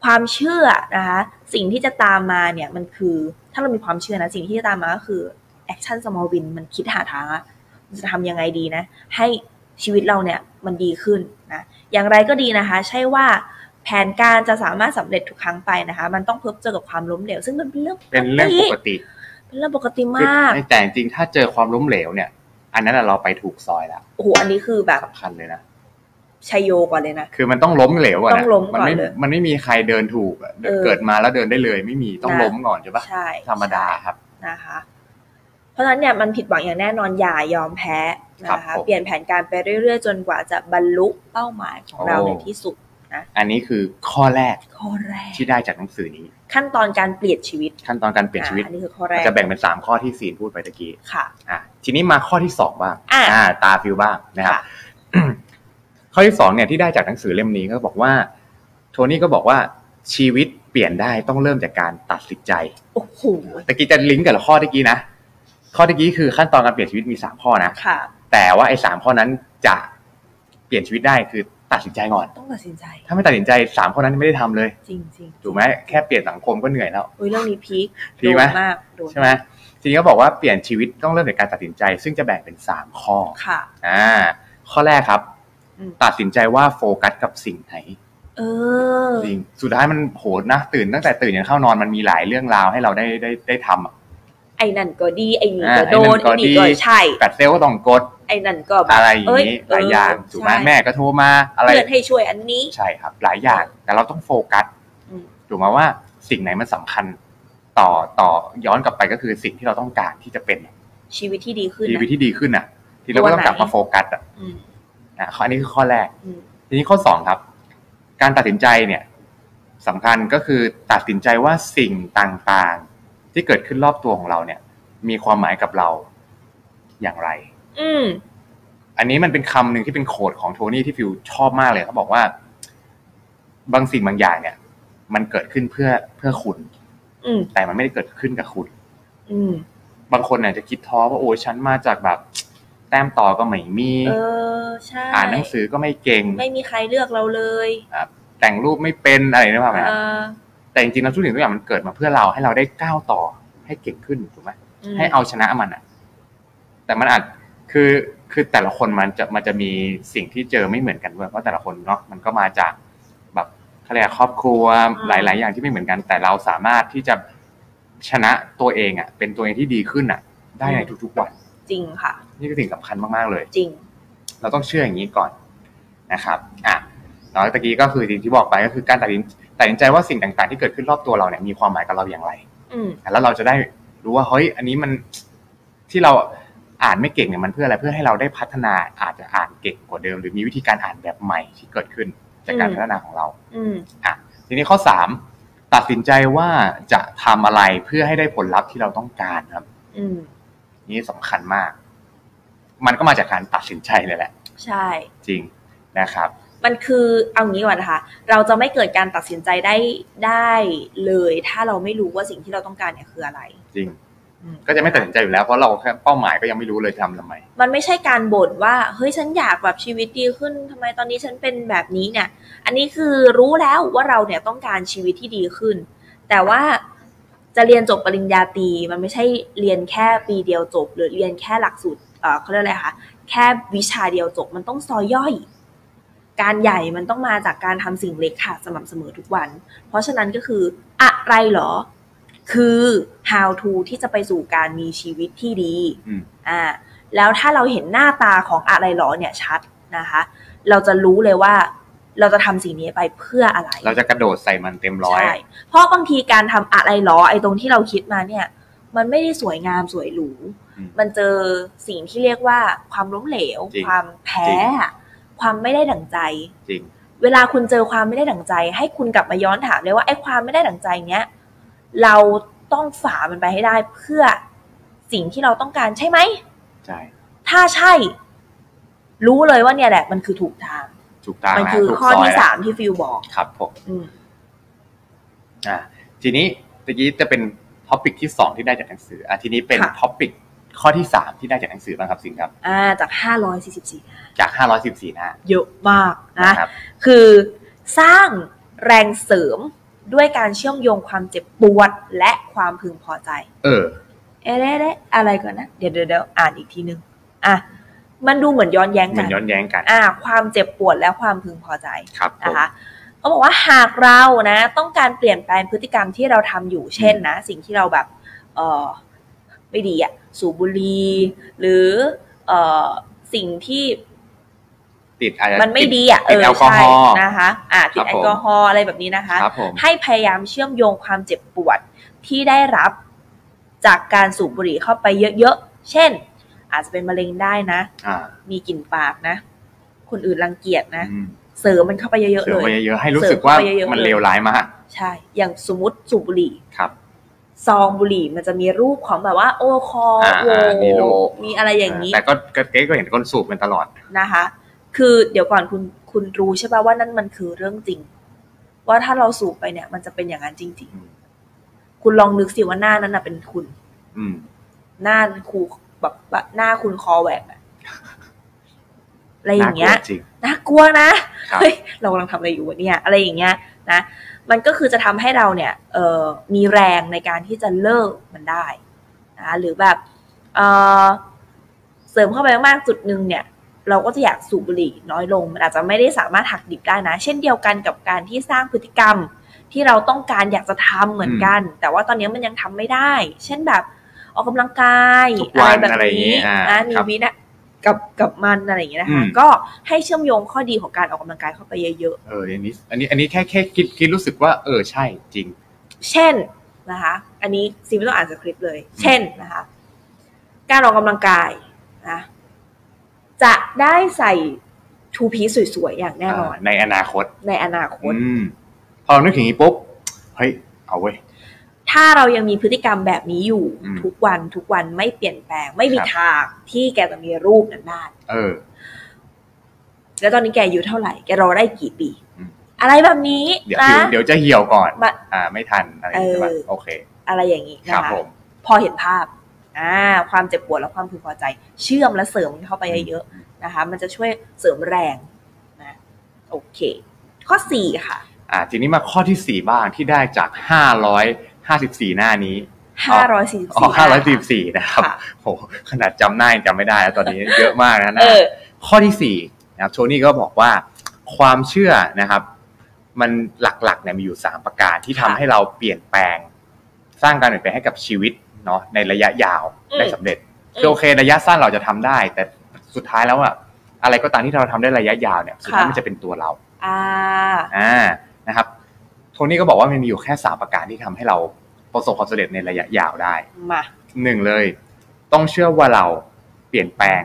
Speaker 1: ความเชื่อนะคะสิ่งที่จะตามมาเนี่ยมันคือถ้าเรามีความเชื่อนะสิ่งที่จะตามมาก็คือแอคชั่นสมอลวินมันคิดหาทางอะมันจะทำยังไงดีนะ ให้ชีวิตเราเนี่ยมันดีขึ้นนะอย่างไรก็ดีนะคะ ใช่ว่าแผนการจะสามารถสำเร็จทุกครั้งไปนะคะ มันต้องพบเจอกับความล้มเหลว ซึ่งมันเป็นเรื่อง
Speaker 2: เป็นเรื่องปกติ
Speaker 1: เป็นเรื่องปกติ
Speaker 2: คือ
Speaker 1: มาก
Speaker 2: แต่จริงๆถ้าเจอความล้มเหลวเนี่ย อันนั้นนะเราไปถูกซอยแล้ว
Speaker 1: โอ้โหอันนี้คือแบบ
Speaker 2: สำคัญเลยนะ
Speaker 1: ชัยโยกว่าเลยนะ
Speaker 2: คือมันต้องล้มเหลวก่อน
Speaker 1: ต้
Speaker 2: นะ
Speaker 1: องล้มก่อน
Speaker 2: มันไม่
Speaker 1: เลย
Speaker 2: มันไม่มีใครเดินถูกอะ
Speaker 1: เออ
Speaker 2: เกิดมาแล้วเดินได้เลย ไม่มีต้อง
Speaker 1: นะ
Speaker 2: ล้มก่อนใช่ปะ
Speaker 1: ใช่
Speaker 2: ธรรมดาครับ
Speaker 1: นะคะ เพราะฉะนั้นเนี่ยมันผิดหวังอย่างแน่นอนอย่ายอมแพ้
Speaker 2: ครับ
Speaker 1: นะคะ
Speaker 2: ผม
Speaker 1: เปลี่ยนแผนการไปเรื่อยๆ จนกว่าจะบรรลุเป้าหมายของเรา
Speaker 2: โอ้
Speaker 1: ในที่สุด
Speaker 2: อันนี้คือข้อแรก
Speaker 1: ข้อแรก
Speaker 2: ที่ได้จากหนังสือนี้
Speaker 1: ขั้นตอนการเปลี่ยนชีวิต
Speaker 2: ขั้นตอนการเปลี่ยนชีวิต
Speaker 1: อ่ะอันนี้คือข้อแรก
Speaker 2: จะแบ่งเป็นสามข้อที่ซีนพูดไปตะกี้
Speaker 1: ค่ะ
Speaker 2: อ่ะทีนี้มาข้อที่สองบ้าง
Speaker 1: อ่ะ
Speaker 2: อ่าตาฟิวบ้างนะครับ
Speaker 1: ค่ะ
Speaker 2: ข้อที่สองเนี่ยที่ได้จากหนังสือเล่มนี้ก็บอกว่า โทนี่ก็บอกว่าชีวิตเปลี่ยนได้ต้องเริ่มจากการตัดสินใจ
Speaker 1: โอ้โห
Speaker 2: ตะกี้จะลิงก์กับข้อตะกี้นะ ข้อตะกี้คือขั้นตอนการเปลี่ยนชีวิตมีสามข้อนะ
Speaker 1: ค่ะ
Speaker 2: แต่ว่าไอ้สามข้อนั้นจะเปลี่ยนชีวิตได้คือตัดสินใจก่อน
Speaker 1: ต้องตัดสินใจ
Speaker 2: ถ้าไม่ตัดสินใจสามข้อนั้นไม่ได้ทำเลย
Speaker 1: จริง
Speaker 2: ถูกไหมแค่เปลี่ยนสังคมก็เหนื่อยแล้ว
Speaker 1: ๆอุ้ยเรื่องนี้พีค
Speaker 2: พีคไหม
Speaker 1: โดนมากโดน
Speaker 2: ใช่ไหมทีนี้ก็บอกว่าเปลี่ยนชีวิตต้องเริ่มจากการตัดสินใจ ซึ่งจะแบ่งเป็นสามข้อ
Speaker 1: ค่ะ
Speaker 2: อ่าข้อแรกครับ
Speaker 1: อืม
Speaker 2: ตัดสินใจว่าโฟกัสกับสิ่งไหน
Speaker 1: เออ
Speaker 2: จริงสุดท้ายมันโหดนะตื่นตั้งแต่ตื่นยันเข้านอนมันมีหลายเรื่องราวให้เราได้ได้ได้ทำอะ
Speaker 1: ไอ้นั่นก็ดีไอ้นี่
Speaker 2: อ่า
Speaker 1: ก็โดน
Speaker 2: ไอ้นั่น
Speaker 1: ไอ้
Speaker 2: ก็
Speaker 1: นี่
Speaker 2: ดี
Speaker 1: ก็ใช่
Speaker 2: แปดเซลลก็ต้องกด
Speaker 1: ไอ้นั่นก็แบบ
Speaker 2: อะไรอย่าง
Speaker 1: เ
Speaker 2: นี้หลายอย่างถูกไหม
Speaker 1: ใช่
Speaker 2: แม่ก็โทรมาอะไร
Speaker 1: เพื่อนให้ช่วยอันนี้
Speaker 2: ใช่ครับหลายอย่างแต่เราต้องโฟกัส
Speaker 1: อืม
Speaker 2: ถูกไหมว่าสิ่งไหนมันสำคัญ ต่อต่อย้อนกลับไปก็คือสิ่งที่เราต้องการที่จะเป็น
Speaker 1: ชีวิตที่ดีขึ้น
Speaker 2: ชี
Speaker 1: นะ
Speaker 2: วิตที่ดีขึ้นอ่ะ ที่เราก็ต้องกลับมาโฟกัสอ่ะ
Speaker 1: อืม
Speaker 2: อ่ะข้ออันนี้คือข้อแรก
Speaker 1: อืม
Speaker 2: ทีนี้ข้อสองครับ การตัดสินใจเนี่ยสำคัญก็คือตัดสินใจว่าสิ่งต่างๆ ที่เกิดขึ้นรอบตัวของเราเนี่ย มีความหมายกับเราอย่างไร
Speaker 1: อืม
Speaker 2: อันนี้มันเป็นคำหนึ่งที่เป็นโคดของโทนี่ที่ฟิวชอบมากเลยเขาบอกว่า บางสิ่งบางอย่างเนี่ย มันเกิดขึ้นเพื่อเพื่อคุณ
Speaker 1: อืม
Speaker 2: แต่มันไม่ได้เกิดขึ้นกับคุณ
Speaker 1: อืม
Speaker 2: บางคนเนี่ยจะคิดท้อว่าโอ้ยฉันมาจากแบบ แต้มต่อก็ไม่มี
Speaker 1: เออ ใช่
Speaker 2: อ่านหนังสือก็ไม่เก่ง
Speaker 1: ไม่มีใครเลือกเราเลย
Speaker 2: แต่งรูปไม่เป็นอะไรนะครับ
Speaker 1: เออ
Speaker 2: แต่จริงๆแล้วทุกสิ่งทุกอย่างมันเกิดมาเพื่อเราให้เราได้ก้าวต่อให้เก่งขึ้นถูกไหม
Speaker 1: ม
Speaker 2: ให้เอาชนะมันอะแต่มันอาจคือ คือแต่ละคนมันจะ มันจะมีสิ่งที่เจอไม่เหมือนกันด้วยเพราะแต่ละคนเนาะ มันก็มาจากแบบเขาเรียกครอบครัว หลาย ๆ อย่างที่ไม่เหมือนกัน แต่เราสามารถที่จะชนะตัวเองอะเป็นตัวเองที่ดีขึ้นอะได้ในทุกๆวัน
Speaker 1: จริงค่ะ
Speaker 2: นี่คือสิ่งสำคัญมาก ๆ เลย
Speaker 1: จริง
Speaker 2: เราต้องเชื่ออย่างนี้ก่อนนะครับ อ่ะแล้วตะกี้ก็คือสิ่งที่บอกไปก็คือการตัดสินตัดสินใจว่าสิ่งต่าง ๆ ที่เกิดขึ้นรอบตัวเราเนี่ยมีความหมายกับเราอย่างไร
Speaker 1: อืม
Speaker 2: แล้วเราจะได้รู้ว่าเฮ้ยอันนี้มันที่เราอ่านไม่เก่งเนี่ยมันเพื่ออะไรเพื่อให้เราได้พัฒนาอาจจะอ่านเก่งกว่าเดิม หรือมีวิธีการอ่านแบบใหม่ที่เกิดขึ้นจากการ
Speaker 1: อืม
Speaker 2: พัฒนาของเรา
Speaker 1: อืม
Speaker 2: ทีนี้ข้อสามตัดสินใจว่าจะทำอะไรเพื่อให้ได้ผลลัพธ์ที่เราต้องการครับ
Speaker 1: อืม
Speaker 2: นี่สำคัญมาก มันก็มาจากการตัดสินใจเลยแหละ
Speaker 1: ใช่
Speaker 2: จริงนะครับ
Speaker 1: มันคือเอางี้ก่อนนะคะ เราจะไม่เกิดการตัดสินใจได้ได้เลย ถ้าเราไม่รู้ว่าสิ่งที่เราต้องการเนี่ยคืออะไร
Speaker 2: จริง
Speaker 1: อืม
Speaker 2: ก็จะไม่ตัดสินใจอยู่แล้วเพราะเราแค่เป้าหมายก็ยังไม่รู้เลยทำทำไม
Speaker 1: มันไม่ใช่การบ่นว่าเฮ้ยฉันอยากแบบชีวิตดีขึ้นทำไมตอนนี้ฉันเป็นแบบนี้เนี่ย อันนี้คือรู้แล้วว่าเราเนี่ยต้องการชีวิตที่ดีขึ้น แต่ว่าจะเรียนจบปริญญาตรีมันไม่ใช่เรียนแค่ปีเดียวจบ หรือเรียนแค่หลักสูตรเอ่อเขาเรียกอะไรคะแค่วิชาเดียวจบมันต้องซอยย่อย การใหญ่มันต้องมาจากการทำสิ่งเล็กค่ะสม่ำเสมอทุกวัน เพราะฉะนั้นก็คืออะไรเหรอ คือ how to ที่จะไปสู่การมีชีวิตที่ดี
Speaker 2: อืม
Speaker 1: อ่าแล้วถ้าเราเห็นหน้าตาของอะไรเหรอเนี่ยชัดนะคะ เราจะรู้เลยว่าเราจะทำสิ่งนี้ไปเพื่ออะไร
Speaker 2: เราจะกระโดดใส่มันเต็มร้อย
Speaker 1: ใช่ เพราะบางทีการทำอะไรหรอไอ้ตรงที่เราคิดมาเนี่ย มันไม่ได้สวยงามสวยหรู
Speaker 2: อืม
Speaker 1: มันเจอสิ่งที่เรียกว่าความล้มเหลว
Speaker 2: จริง
Speaker 1: ความแพ้อะความไม่ได้ดั่งใจ
Speaker 2: จริง
Speaker 1: เวลาคุณเจอความไม่ได้ดั่งใจ ให้คุณกลับมาย้อนถามเลยว่าไอ้ความไม่ได้ดั่งใจเนี้ยเราต้องฝ่ามันไปให้ได้เพื่อสิ่งที่เราต้องการใช่ไหม
Speaker 2: ใช่
Speaker 1: ถ้าใช่ รู้เลยว่าเนี่ยแหละ มันคือถูกทาง
Speaker 2: ถูกตาม
Speaker 1: มัน
Speaker 2: นะ
Speaker 1: คือ
Speaker 2: ถูก
Speaker 1: ข้อ
Speaker 2: ซย
Speaker 1: ที่
Speaker 2: แล้ว
Speaker 1: สามที่ฟิลบอก
Speaker 2: ครับผม
Speaker 1: อืม
Speaker 2: อ่าทีนี้ตะกี้จะเป็นท็อปิกที่สองที่ได้จากหนังสืออ่ะทีนี้เป็น
Speaker 1: ค่ะ
Speaker 2: ท็อปิกข้อที่สามที่ได้จากหนังสือบ้างครับสิงห์ครับ
Speaker 1: อ่าจากห้าร้อยสี่สิบสี่
Speaker 2: จาก 514 หน้า
Speaker 1: เยอะมากนะ
Speaker 2: นะครับ
Speaker 1: คือสร้างแรงเสริมด้วยการเชื่อมโยงความเจ็บปวดและความพึงพอใจ
Speaker 2: เออ
Speaker 1: เอ๊ะเอ๊ะเอ๊ะอะไรก่อนนะ เดี๋ยวเดี๋ยวเดี๋ยวอ่านอีกทีนึง อ่ะ มันดูเหมือนย้อนแย้ง
Speaker 2: เหมื
Speaker 1: กั
Speaker 2: อน
Speaker 1: น
Speaker 2: ย้อนแย้งกัน
Speaker 1: อ่ะความเจ็บปวดและความพึงพอใจ
Speaker 2: ครับผ
Speaker 1: นะ
Speaker 2: ม
Speaker 1: คะเขาบอกว่าหากเรานะ ต้องการเปลี่ยนแปลงพฤติกรรมที่เราทำอยู่ เช่นนะ สิ่งที่เราแบบ เออไม่ดีอะสูบบุหรี่หรือเออสิ่งที่
Speaker 2: ติดอาจจะ
Speaker 1: มันไม่
Speaker 2: ติ
Speaker 1: ดีอ่ะ
Speaker 2: ติดแอลกอฮอล์
Speaker 1: ใช่นะคะอ่าติ
Speaker 2: ครั
Speaker 1: ด
Speaker 2: บผม
Speaker 1: แอลกอฮอล์อะไรแบบนี้นะคะ
Speaker 2: ครับผม
Speaker 1: ให้พยายามเชื่อมโยงความเจ็บปวดที่ได้รับจากการสูบบุหรี่เข้าไปเยอะๆ เช่น อาจจะเป็นมะเร็งได้นะ
Speaker 2: อ่า
Speaker 1: มีกลิ่นปากนะ คนอื่นรังเกียจนะ
Speaker 2: อืม
Speaker 1: เสริมมันเข้าไปเยอะ
Speaker 2: เสริ
Speaker 1: ๆ
Speaker 2: ม
Speaker 1: เล
Speaker 2: ไป
Speaker 1: ย
Speaker 2: เยอะๆให้รู้สึกว่า
Speaker 1: เสริมไปเยอะๆ
Speaker 2: มัน
Speaker 1: เลย
Speaker 2: เลวร้ายมาก
Speaker 1: ใช่ อย่างสมมติสูบบุหรี่
Speaker 2: ครับ
Speaker 1: ซองบุหรี่มันจะมีรูปของแบบว่า โอคอ
Speaker 2: อ่า
Speaker 1: โว
Speaker 2: มีรูป
Speaker 1: มีอะไรอย่างนี้
Speaker 2: แต่ก็ก็เก๊ก็เห็นคนสูบกันตลอด
Speaker 1: นะคะ คือเดี๋ยวก่อนคุณคุณรู้ใช่ป่ะว่านั่นมันคือเรื่องจริง ว่าถ้าเราสูบไปเนี่ย มันจะเป็นอย่างนั้นจริง
Speaker 2: อืม
Speaker 1: ๆ คุณลองนึกสิว่าหน้านั้นน่ะเป็นคุณ
Speaker 2: อืม
Speaker 1: หน้าครูแบบแบบหน้าคุณคอแหวกอะอะไรอ
Speaker 2: น่า
Speaker 1: ย่าง
Speaker 2: กลั
Speaker 1: เงี้
Speaker 2: วย จริง
Speaker 1: น่ากลัวนะครับ เฮ้ยเรากำลังทำอะไรอยู่วะเนี่ย อะไรอย่างเงี้ยนะ มันก็คือจะทำให้เราเนี่ย เออมีแรงในการที่จะเลิกมันได้นะหรือแบบเออเสริมเข้าไปมากๆจุดหนึ่งเนี่ย เราก็จะอยากสูบบุหรี่น้อยลง มันอาจจะไม่ได้สามารถหักดิบได้นะ เช่นเดียวกันกับการที่สร้างพฤติกรรม ที่เราต้องการอยากจะทำเหมือนกัน แต่ว่าตอนนี้มันยังทำไม่ได้ เช่นแบบออกกำลังกาย
Speaker 2: ทุกวัน
Speaker 1: แบบ
Speaker 2: อะไรอย่างงี้
Speaker 1: นี้
Speaker 2: อ่าค
Speaker 1: นะมี
Speaker 2: รับ
Speaker 1: วินะกับกับมันอะไรอย่างเงี้ยนะคะ
Speaker 2: อืม
Speaker 1: ก็ให้เชื่อมโยงข้อดีของการออกกำลังกายเข้าไปเยอะ
Speaker 2: เอออันนี้อันนี้อันนี้แค่แค่คิดคิดรู้สึกว่าเออใช่จริง
Speaker 1: ๆเช่นนะคะ อันนี้ซีไม่ต้องอ่านสคริปต์เลย เช่นนะคะ การออกกำลังกายนะจะได้ใส่ทูพีซสวยๆอย่างแน่นอน
Speaker 2: ในอนาคต
Speaker 1: ในอนาคต
Speaker 2: อืมพอเรานึกถึงอย่างนี้ปุ๊บเฮ้ยเอาเว้ย
Speaker 1: ถ้าเรายังมีพฤติกรรมแบบนี้อยู่
Speaker 2: อืม
Speaker 1: ทุกวันทุกวันไม่เปลี่ยนแปลง ไม่มี
Speaker 2: ครับ
Speaker 1: ทางที่แกจะมีรูปนั้นได้
Speaker 2: เออ
Speaker 1: แล้วตอนนี้แกอายู่เท่าไหร่ แกรอได้กี่ปี
Speaker 2: อืม
Speaker 1: อะไรแบบนี้
Speaker 2: เดี๋ยว
Speaker 1: นะ
Speaker 2: ผิวเดี๋ยวจะเหี่ยวก่อน
Speaker 1: บะ
Speaker 2: อ่า ไม่ทันอะไรอย่างเงี้ยใช่ปะ
Speaker 1: เออ
Speaker 2: โอเค
Speaker 1: อะไรอย่างนี้
Speaker 2: ค
Speaker 1: นะ
Speaker 2: รับ
Speaker 1: คะ
Speaker 2: ผม
Speaker 1: พอเห็นภาพอ่าความเจ็บปวดและความพึงพอใจ เชื่อมและเสริมเข้าไปเยอะๆนะคะ มันจะช่วยเสริมแรงนะโอเค ข้อสี่ค่ะ
Speaker 2: อ่า ทีนี้มาข้อที่สี่บ้างที่ได้จาก 554 หน้านี้
Speaker 1: ห้าร้อยสี่สิบ
Speaker 2: อ๋อ
Speaker 1: สี่
Speaker 2: 544 นะครับ
Speaker 1: ค่ะ
Speaker 2: โหขนาดจำหน้ายังจำไม่ได้แล้วตอนนี้ เยอะมากนะนะ
Speaker 1: เออ
Speaker 2: ข้อที่สี่นะครับโทนี่ก็บอกว่าความเชื่อนะครับ มันหลักๆเนี่ยมีอยู่ 3 ประการที่ทำ
Speaker 1: ค่ะ
Speaker 2: ให้เราเปลี่ยนแปลง สร้างการเปลี่ยนแปลงให้กับชีวิตเนาะในระยะยาว
Speaker 1: อืม
Speaker 2: ได้สำเร็จ
Speaker 1: อืม
Speaker 2: คือโอเค ระยะสั้นเราจะทำได้ แต่สุดท้ายแล้วอะอะไรก็ตามที่เราทำได้ระยะยาวเนี่ยสุดท้าย
Speaker 1: ค่ะ
Speaker 2: มันจะเป็นตัวเรา
Speaker 1: อ่า
Speaker 2: อ่านะครับโทนี่ก็บอกว่ามันมีอยู่แค่ 3 ประการที่ทำให้เราประสบความสำเร็จในระยะยาวได้
Speaker 1: มา
Speaker 2: หนึ่งเลย ต้องเชื่อว่าเราเปลี่ยนแปลง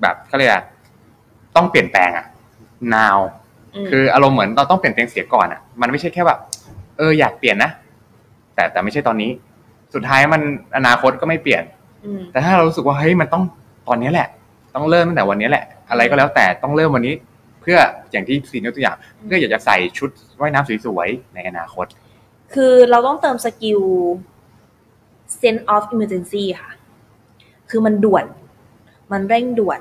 Speaker 2: แบบเขาเรียกอะไรต้องเปลี่ยนแปลงอะ now
Speaker 1: อืม
Speaker 2: คืออารมณ์เหมือนเราต้องเปลี่ยนแปลงเสียก่อนอะมันไม่ใช่แค่แบบเอออยากเปลี่ยนนะแต่แต่ไม่ใช่ตอนนี้ สุดท้ายมันอนาคตก็ไม่เปลี่ยน
Speaker 1: อืม
Speaker 2: แต่ถ้าเรารู้สึกว่าเฮ้ยมันต้องตอนนี้แหละ ต้องเริ่มตั้งแต่วันนี้แหละ อะไรก็แล้วแต่ต้องเริ่มวันนี้ เพื่ออย่างที่ซีนยกตัวอย่าง เพื่ออยากจะใส่ชุดว่ายน้ำสวยๆในอนาคต
Speaker 1: คือเราต้องเติมสกิล sense of emergency ค่ะ คือมันด่วน มันเร่งด่วน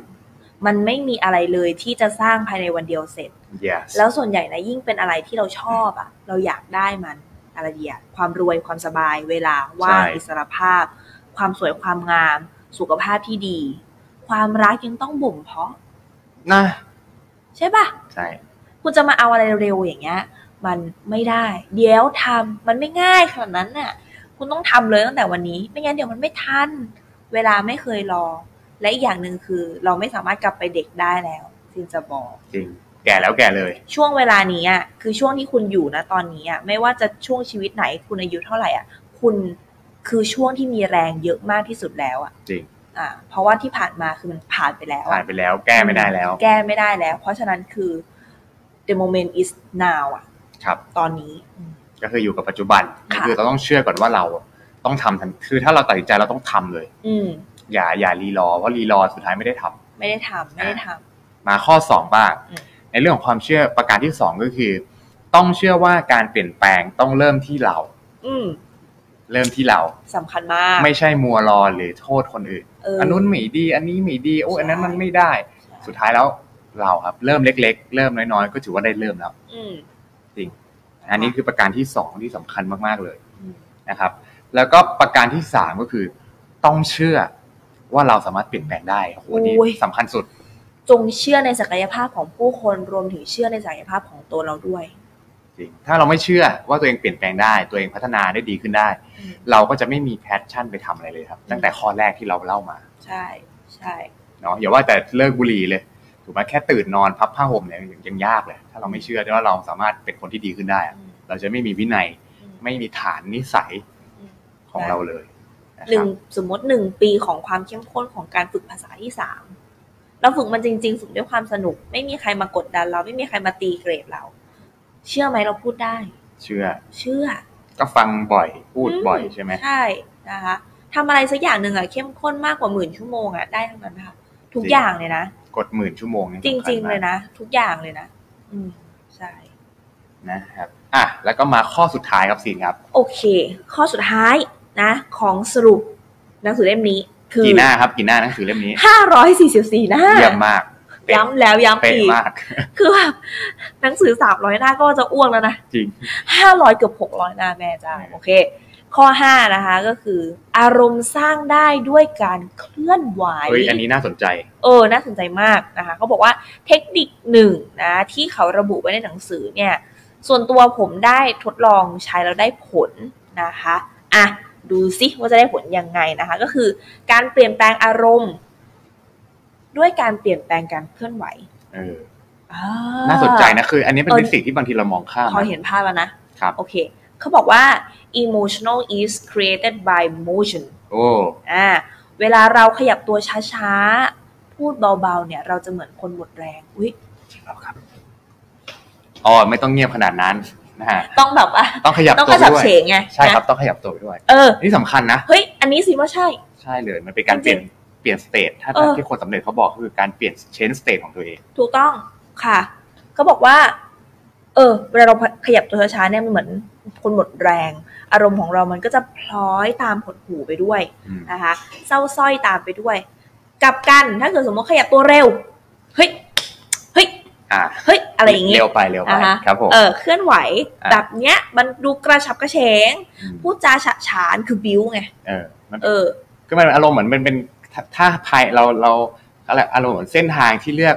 Speaker 1: มันไม่มีอะไรเลยที่จะสร้างภายในวันเดียวเสร็จ
Speaker 2: yes
Speaker 1: แล้วส่วนใหญ่นะยิ่งเป็นอะไรที่เราชอบอะเราอยากได้มันอะไรดีอะความรวยความสบายเวลาว่าง
Speaker 2: ใช่
Speaker 1: อิสรภาพ ความสวยความงาม สุขภาพที่ดี ความรักยังต้องบ่มเพาะ
Speaker 2: นะ
Speaker 1: ใช่ปะ
Speaker 2: ใช่
Speaker 1: คุณจะมาเอาอะไรเร็วๆอย่างเงี้ย มันไม่ได้ เดี๋ยวทำมันไม่ง่ายขนาดนั้นน่ะ คุณต้องทำเลยตั้งแต่วันนี้ ไม่งั้นเดี๋ยวมันไม่ทัน เวลาไม่เคยรอ และอีกอย่างหนึ่งคือ เราไม่สามารถกลับไปเด็กได้แล้วซินจะบอก
Speaker 2: จริง แก่แล้วแก่เลย
Speaker 1: ช่วงเวลานี้อ่ะคือช่วงที่คุณอยู่นะตอนนี้อ่ะไม่ว่าจะช่วงชีวิตไหนคุณอายุเท่าไหร่อ่ะคุณคือช่วงที่มีแรงเยอะมากที่สุดแล้วอ่ะ
Speaker 2: จริง
Speaker 1: อ่า เพราะว่าที่ผ่านมาคือมันผ่านไปแล้ว
Speaker 2: ผ่า
Speaker 1: อ่ะ
Speaker 2: นไปแล้วแก้ไม่ได้แล้ว
Speaker 1: แก้ไม่ได้แล้ว เพราะฉะนั้นคือ the moment is now อ่ะ
Speaker 2: ครับ
Speaker 1: ตอนนี้
Speaker 2: ก็คืออยู่กับปัจจุบัน
Speaker 1: ค่ะ
Speaker 2: คือเราต้องเชื่อก่อนว่าเราต้องทำทันคือถ้าเราตัดสินใจเราต้องทำเลย
Speaker 1: อืม
Speaker 2: อย่าอย่ารีรอเพราะรีรอสุดท้ายไม่ได้ทำ
Speaker 1: ไม่ได้ทำไม่ได้ท
Speaker 2: มาข้อสองบ้าง
Speaker 1: อืม
Speaker 2: ในเรื่องของความเชื่อประการที่สองก็คือ ต้องเชื่อว่าการเปลี่ยนแปลงต้องเริ่มที่เรา
Speaker 1: ำอืม
Speaker 2: เริ่มที่เรา
Speaker 1: สำคัญมาก
Speaker 2: ไม่ใช่มัวรอหรือโทษคนอื่น
Speaker 1: เอออั
Speaker 2: อันนู้นไม่ดีอันนี้ไม่ดีโอ้ย
Speaker 1: ใช่
Speaker 2: อันนั้นมันไม่ได้ สุดท้ายแล้วเราครับ เริ่มเล็ก ๆ เริ่มน้อยๆก็ถือว่าได้เริ่มแล้ว
Speaker 1: อืม
Speaker 2: อันนี้คือประการที่สองที่สำคัญมากๆเลย
Speaker 1: ม
Speaker 2: นะครับ แล้วก็ประการที่สามก็คือ ต้องเชื่อว่าเราสามารถเปลี่ยนแปลงได้โอ้โหนี่สำคัญสุด
Speaker 1: จงเชื่อในศักยภาพของผู้คนรวมถึงเชื่อในศักยภาพของตัวเราด้วย
Speaker 2: จริง ถ้าเราไม่เชื่อว่าตัวเองเปลี่ยนแปลงได้ ตัวเองพัฒนาได้ดีขึ้นได้
Speaker 1: อืม
Speaker 2: เราก็จะไม่มีแพชชั่นไปทำอะไรเลยครับ ตั้งแต่ข้อแรกที่เราเล่ามา
Speaker 1: ใช่ใช่
Speaker 2: เนาะอย่าว่าแต่เลิกบุหรี่เลยถูกไหมแค่ตื่นนอนพับผ้าห่มเนี่ยยังยังยากเลย ถ้าเราไม่เชื่อว่าเราสามารถเป็นคนที่ดีขึ้นได้อะ
Speaker 1: อืม
Speaker 2: เราจะไม่มีวินัย
Speaker 1: อืม
Speaker 2: ไม่มีฐานนิสัย
Speaker 1: อืม
Speaker 2: ของเราเลยนะ
Speaker 1: ห
Speaker 2: ค
Speaker 1: นึ่
Speaker 2: รั
Speaker 1: ง
Speaker 2: บ
Speaker 1: สมมติหนึ่งปีของความเข้มข้นของการฝึกภาษาที่สามเราฝึกมันจริง ๆ ฝึกด้วยความสนุก ไม่มีใครมากดดันเราไม่มีใครมาตีเกรดเรา เชื่อไหมเราพูดได้
Speaker 2: เชื่อ
Speaker 1: เชื่อ
Speaker 2: ก็ฟังบ่อยพูดบ่อยใช่ไหม
Speaker 1: ใช่นะคะทำอะไรสักอย่างหนึ่งอะเข้มข้นมากกว่าหมื่นชั่วโมงอะได้ทั้งนั้นนะคะทุก
Speaker 2: จริง
Speaker 1: อย่างเลยนะ
Speaker 2: กดหมื่นชั่วโมงนี่
Speaker 1: จ
Speaker 2: สำคัญ
Speaker 1: ริง ๆ
Speaker 2: มาก
Speaker 1: เลยนะ ทุกอย่างเลยนะ อืมใช่
Speaker 2: นะครับ อ่ะ แล้วก็มาข้อสุดท้ายครับซีนครับ
Speaker 1: โอเค ข้อสุดท้ายนะ ของสรุปหนังสือเล่มนี้ คือ
Speaker 2: กี่หน้าครับ กี่หน้าหนังสือเล่ม นี้
Speaker 1: 544 หน้า
Speaker 2: เยี่ยมมากเป๊ะ
Speaker 1: ย้ำแล้วย้ำ
Speaker 2: เป๊ะ
Speaker 1: อีก
Speaker 2: มาก
Speaker 1: คือแบบ หนังสือ 300 หน้าก็จะอ้วกแล้วนะ
Speaker 2: จริง
Speaker 1: ห้าร้อยเกือบหกร้อยหน้าแม่จ้า
Speaker 2: อืม
Speaker 1: โอเค ข้อห้านะคะก็คือ อารมณ์สร้างได้ด้วยการเคลื่อนไหว
Speaker 2: เฮ้ย อันนี้น่าสนใจ
Speaker 1: เออ น่าสนใจมากนะคะเขาบอกว่าเทคนิคหนึ่งนะที่เขาระบุไว้ในหนังสือเนี่ย ส่วนตัวผมได้ทดลองใช้แล้วได้ผลนะคะ อ่ะ ดูซิว่าจะได้ผลยังไงนะคะ ก็คือการเปลี่ยนแปลงอารมณ์ ด้วยการเปลี่ยนแปลงการเคลื่อนไหว
Speaker 2: เออ
Speaker 1: อ่
Speaker 2: น่าสนใจนะ คือ อันนี้มันเป็น
Speaker 1: เออ
Speaker 2: สิ่งที่บางทีเรามองข้าม
Speaker 1: พอ
Speaker 2: นะ
Speaker 1: เห็นภาพแล้วนะ
Speaker 2: ครับ
Speaker 1: โอเค เขาบอกว่า emotional is created by motion
Speaker 2: โอ้
Speaker 1: อ่า เวลาเราขยับตัวช้าๆ พูดเบาๆ เนี่ย เราจะเหมือนคนหมดแรง อุ๊ย
Speaker 2: อ๋อ ไม่ต้องเงียบขนาดนั้นนะฮะ
Speaker 1: ต้องแบบว่า
Speaker 2: ต้องขยับ
Speaker 1: ต้อง
Speaker 2: ตัว
Speaker 1: กระฉับ
Speaker 2: ด้วย
Speaker 1: เฉงไง
Speaker 2: ใช่
Speaker 1: นะครับ
Speaker 2: ต้องขยับตัวด้วย
Speaker 1: เออ
Speaker 2: นี่สำคัญนะ
Speaker 1: เฮ้ย อันนี้สิว่าใช่
Speaker 2: ใช่เลย มันเป็นการเป
Speaker 1: จริ
Speaker 2: ลี่ย
Speaker 1: ง
Speaker 2: น เปลี่ยนสเตทถ้า
Speaker 1: เออ
Speaker 2: ที่คนสำเร็จเขาบอกคือการเปลี่ยนเชนสเตทของตัวเอง
Speaker 1: ถูกต้องค่ะ เขาบอกว่า เออเวลาเราขยับตัวช้าๆเนี่ยมันเหมือนคนหมดแรง อารมณ์ของเรามันก็จะพลอยตามหดหูไปด้วย
Speaker 2: อืม
Speaker 1: นะคะ เศร้าสร้อยตามไปด้วย กลับกันถ้าเกิดสมมติขยับตัวเร็วเฮ้ยเฮ้ย
Speaker 2: อ่า
Speaker 1: เฮ้ยอะไรอย่างงี้
Speaker 2: เร็วไปเร็วไป
Speaker 1: อ่าฮะ
Speaker 2: ครับผม
Speaker 1: เออเคลื่อนไหว
Speaker 2: อ่ะ
Speaker 1: แบบเนี้ย มันดูกระฉับกระเฉง
Speaker 2: ม
Speaker 1: พูดจาฉะฉานคือบิ้วไง
Speaker 2: เออมัน
Speaker 1: เออ
Speaker 2: ก็มันอารมณ์เหมือนเป็นเป็นถ้าถ้าภายเราเราอะไรอารมณ์เหมือนเส้นทางที่เลือก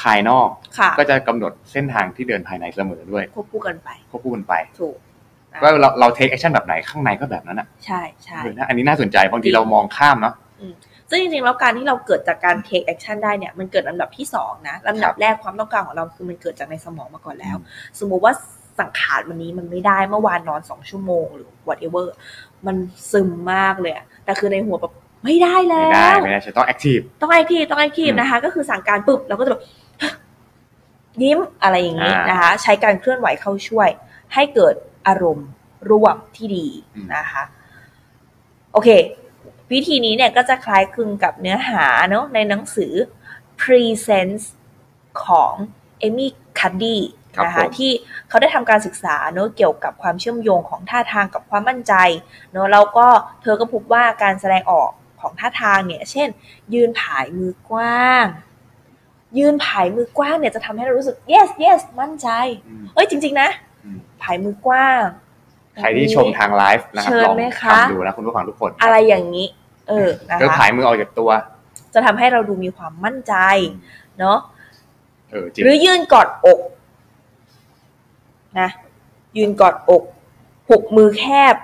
Speaker 2: ภายนอก
Speaker 1: ค่ะ
Speaker 2: ก็จะกำหนดเส้นทางที่เดินภายในเสมอด้วย
Speaker 1: ควบคู่กันไป
Speaker 2: ควบคู่กันไป
Speaker 1: ถูก
Speaker 2: ว่าเราเราเทคแอคชั่นแบบไหนข้างในก็แบบนั้นอ่ะ
Speaker 1: ใช่ใช่
Speaker 2: เออนะอันนี้น่าสนใจบางที
Speaker 1: จริง
Speaker 2: เรามองข้ามเนาะ
Speaker 1: ซึ่งจริงๆ แล้วการที่เราเกิดจากการ take action ได้เนี่ย มันเกิดลำดับที่สองนะลำดับแรกความต้องการของเราคือมันเกิดจากในสมองมาก่อนแล้ว สมมุติว่าสังขารวันนี้มันไม่ได้เมื่อวานนอนสองชั่วโมงหรือ whatever มันซึมมากเลยอะแต่คือในหัวแบบไม่ได้แล้
Speaker 2: ไม่
Speaker 1: ว
Speaker 2: ได้ไม่ได้ใช่ต้องแอคทีฟ
Speaker 1: ต้องไอทีต้องไอที
Speaker 2: อืม
Speaker 1: นะคะ ก็คือสั่งการปุ๊บเราก็จะแบบ ยิ้มอะไรอย่างนี้
Speaker 2: อ่าน
Speaker 1: นะคะ ใช้การเคลื่อนไหวเข้าช่วย ให้เกิดอารมณ์ร่วมที่ดี
Speaker 2: อืม
Speaker 1: นะคะ โอเค วิธีนี้เนี่ยก็จะคล้ายคลึงกับเนื้อหาเนอะในหนังสือ Presence ของเอมี่คัดดี้
Speaker 2: ครับ
Speaker 1: นะ
Speaker 2: ผ
Speaker 1: คะ
Speaker 2: ม
Speaker 1: ที่เขาได้ทำการศึกษาเนอะเกี่ยวกับความเชื่อมโยงของท่าทางกับความมั่นใจเนอะแล้วก็เธอก็พบว่าการแสดงออกของท่าทางเนี่ย เช่น ยืนผายมือกว้าง ยืนผายมือกว้างเนี่ยจะทำให้เรารู้สึก yes yes มั่นใจ
Speaker 2: อืม
Speaker 1: เอ้ยจริง ๆ นะ
Speaker 2: อืม
Speaker 1: ผายมือกว้าง
Speaker 2: ใครที่ชมทางไลฟ์นะครับ
Speaker 1: เชิญ
Speaker 2: ลอง
Speaker 1: ไหมคะ
Speaker 2: ทำดูนะคุณผู้ฟังทุกคน
Speaker 1: อะไรอย่างนี้ เออนะ
Speaker 2: ก็
Speaker 1: คะ
Speaker 2: ผายมือออกจากตัว
Speaker 1: จะทำให้เราดูมีความมั่นใจเนาะ
Speaker 2: เออจริง
Speaker 1: หรือยืนกอดอกนะยืนกอดอกหุบมือแคบ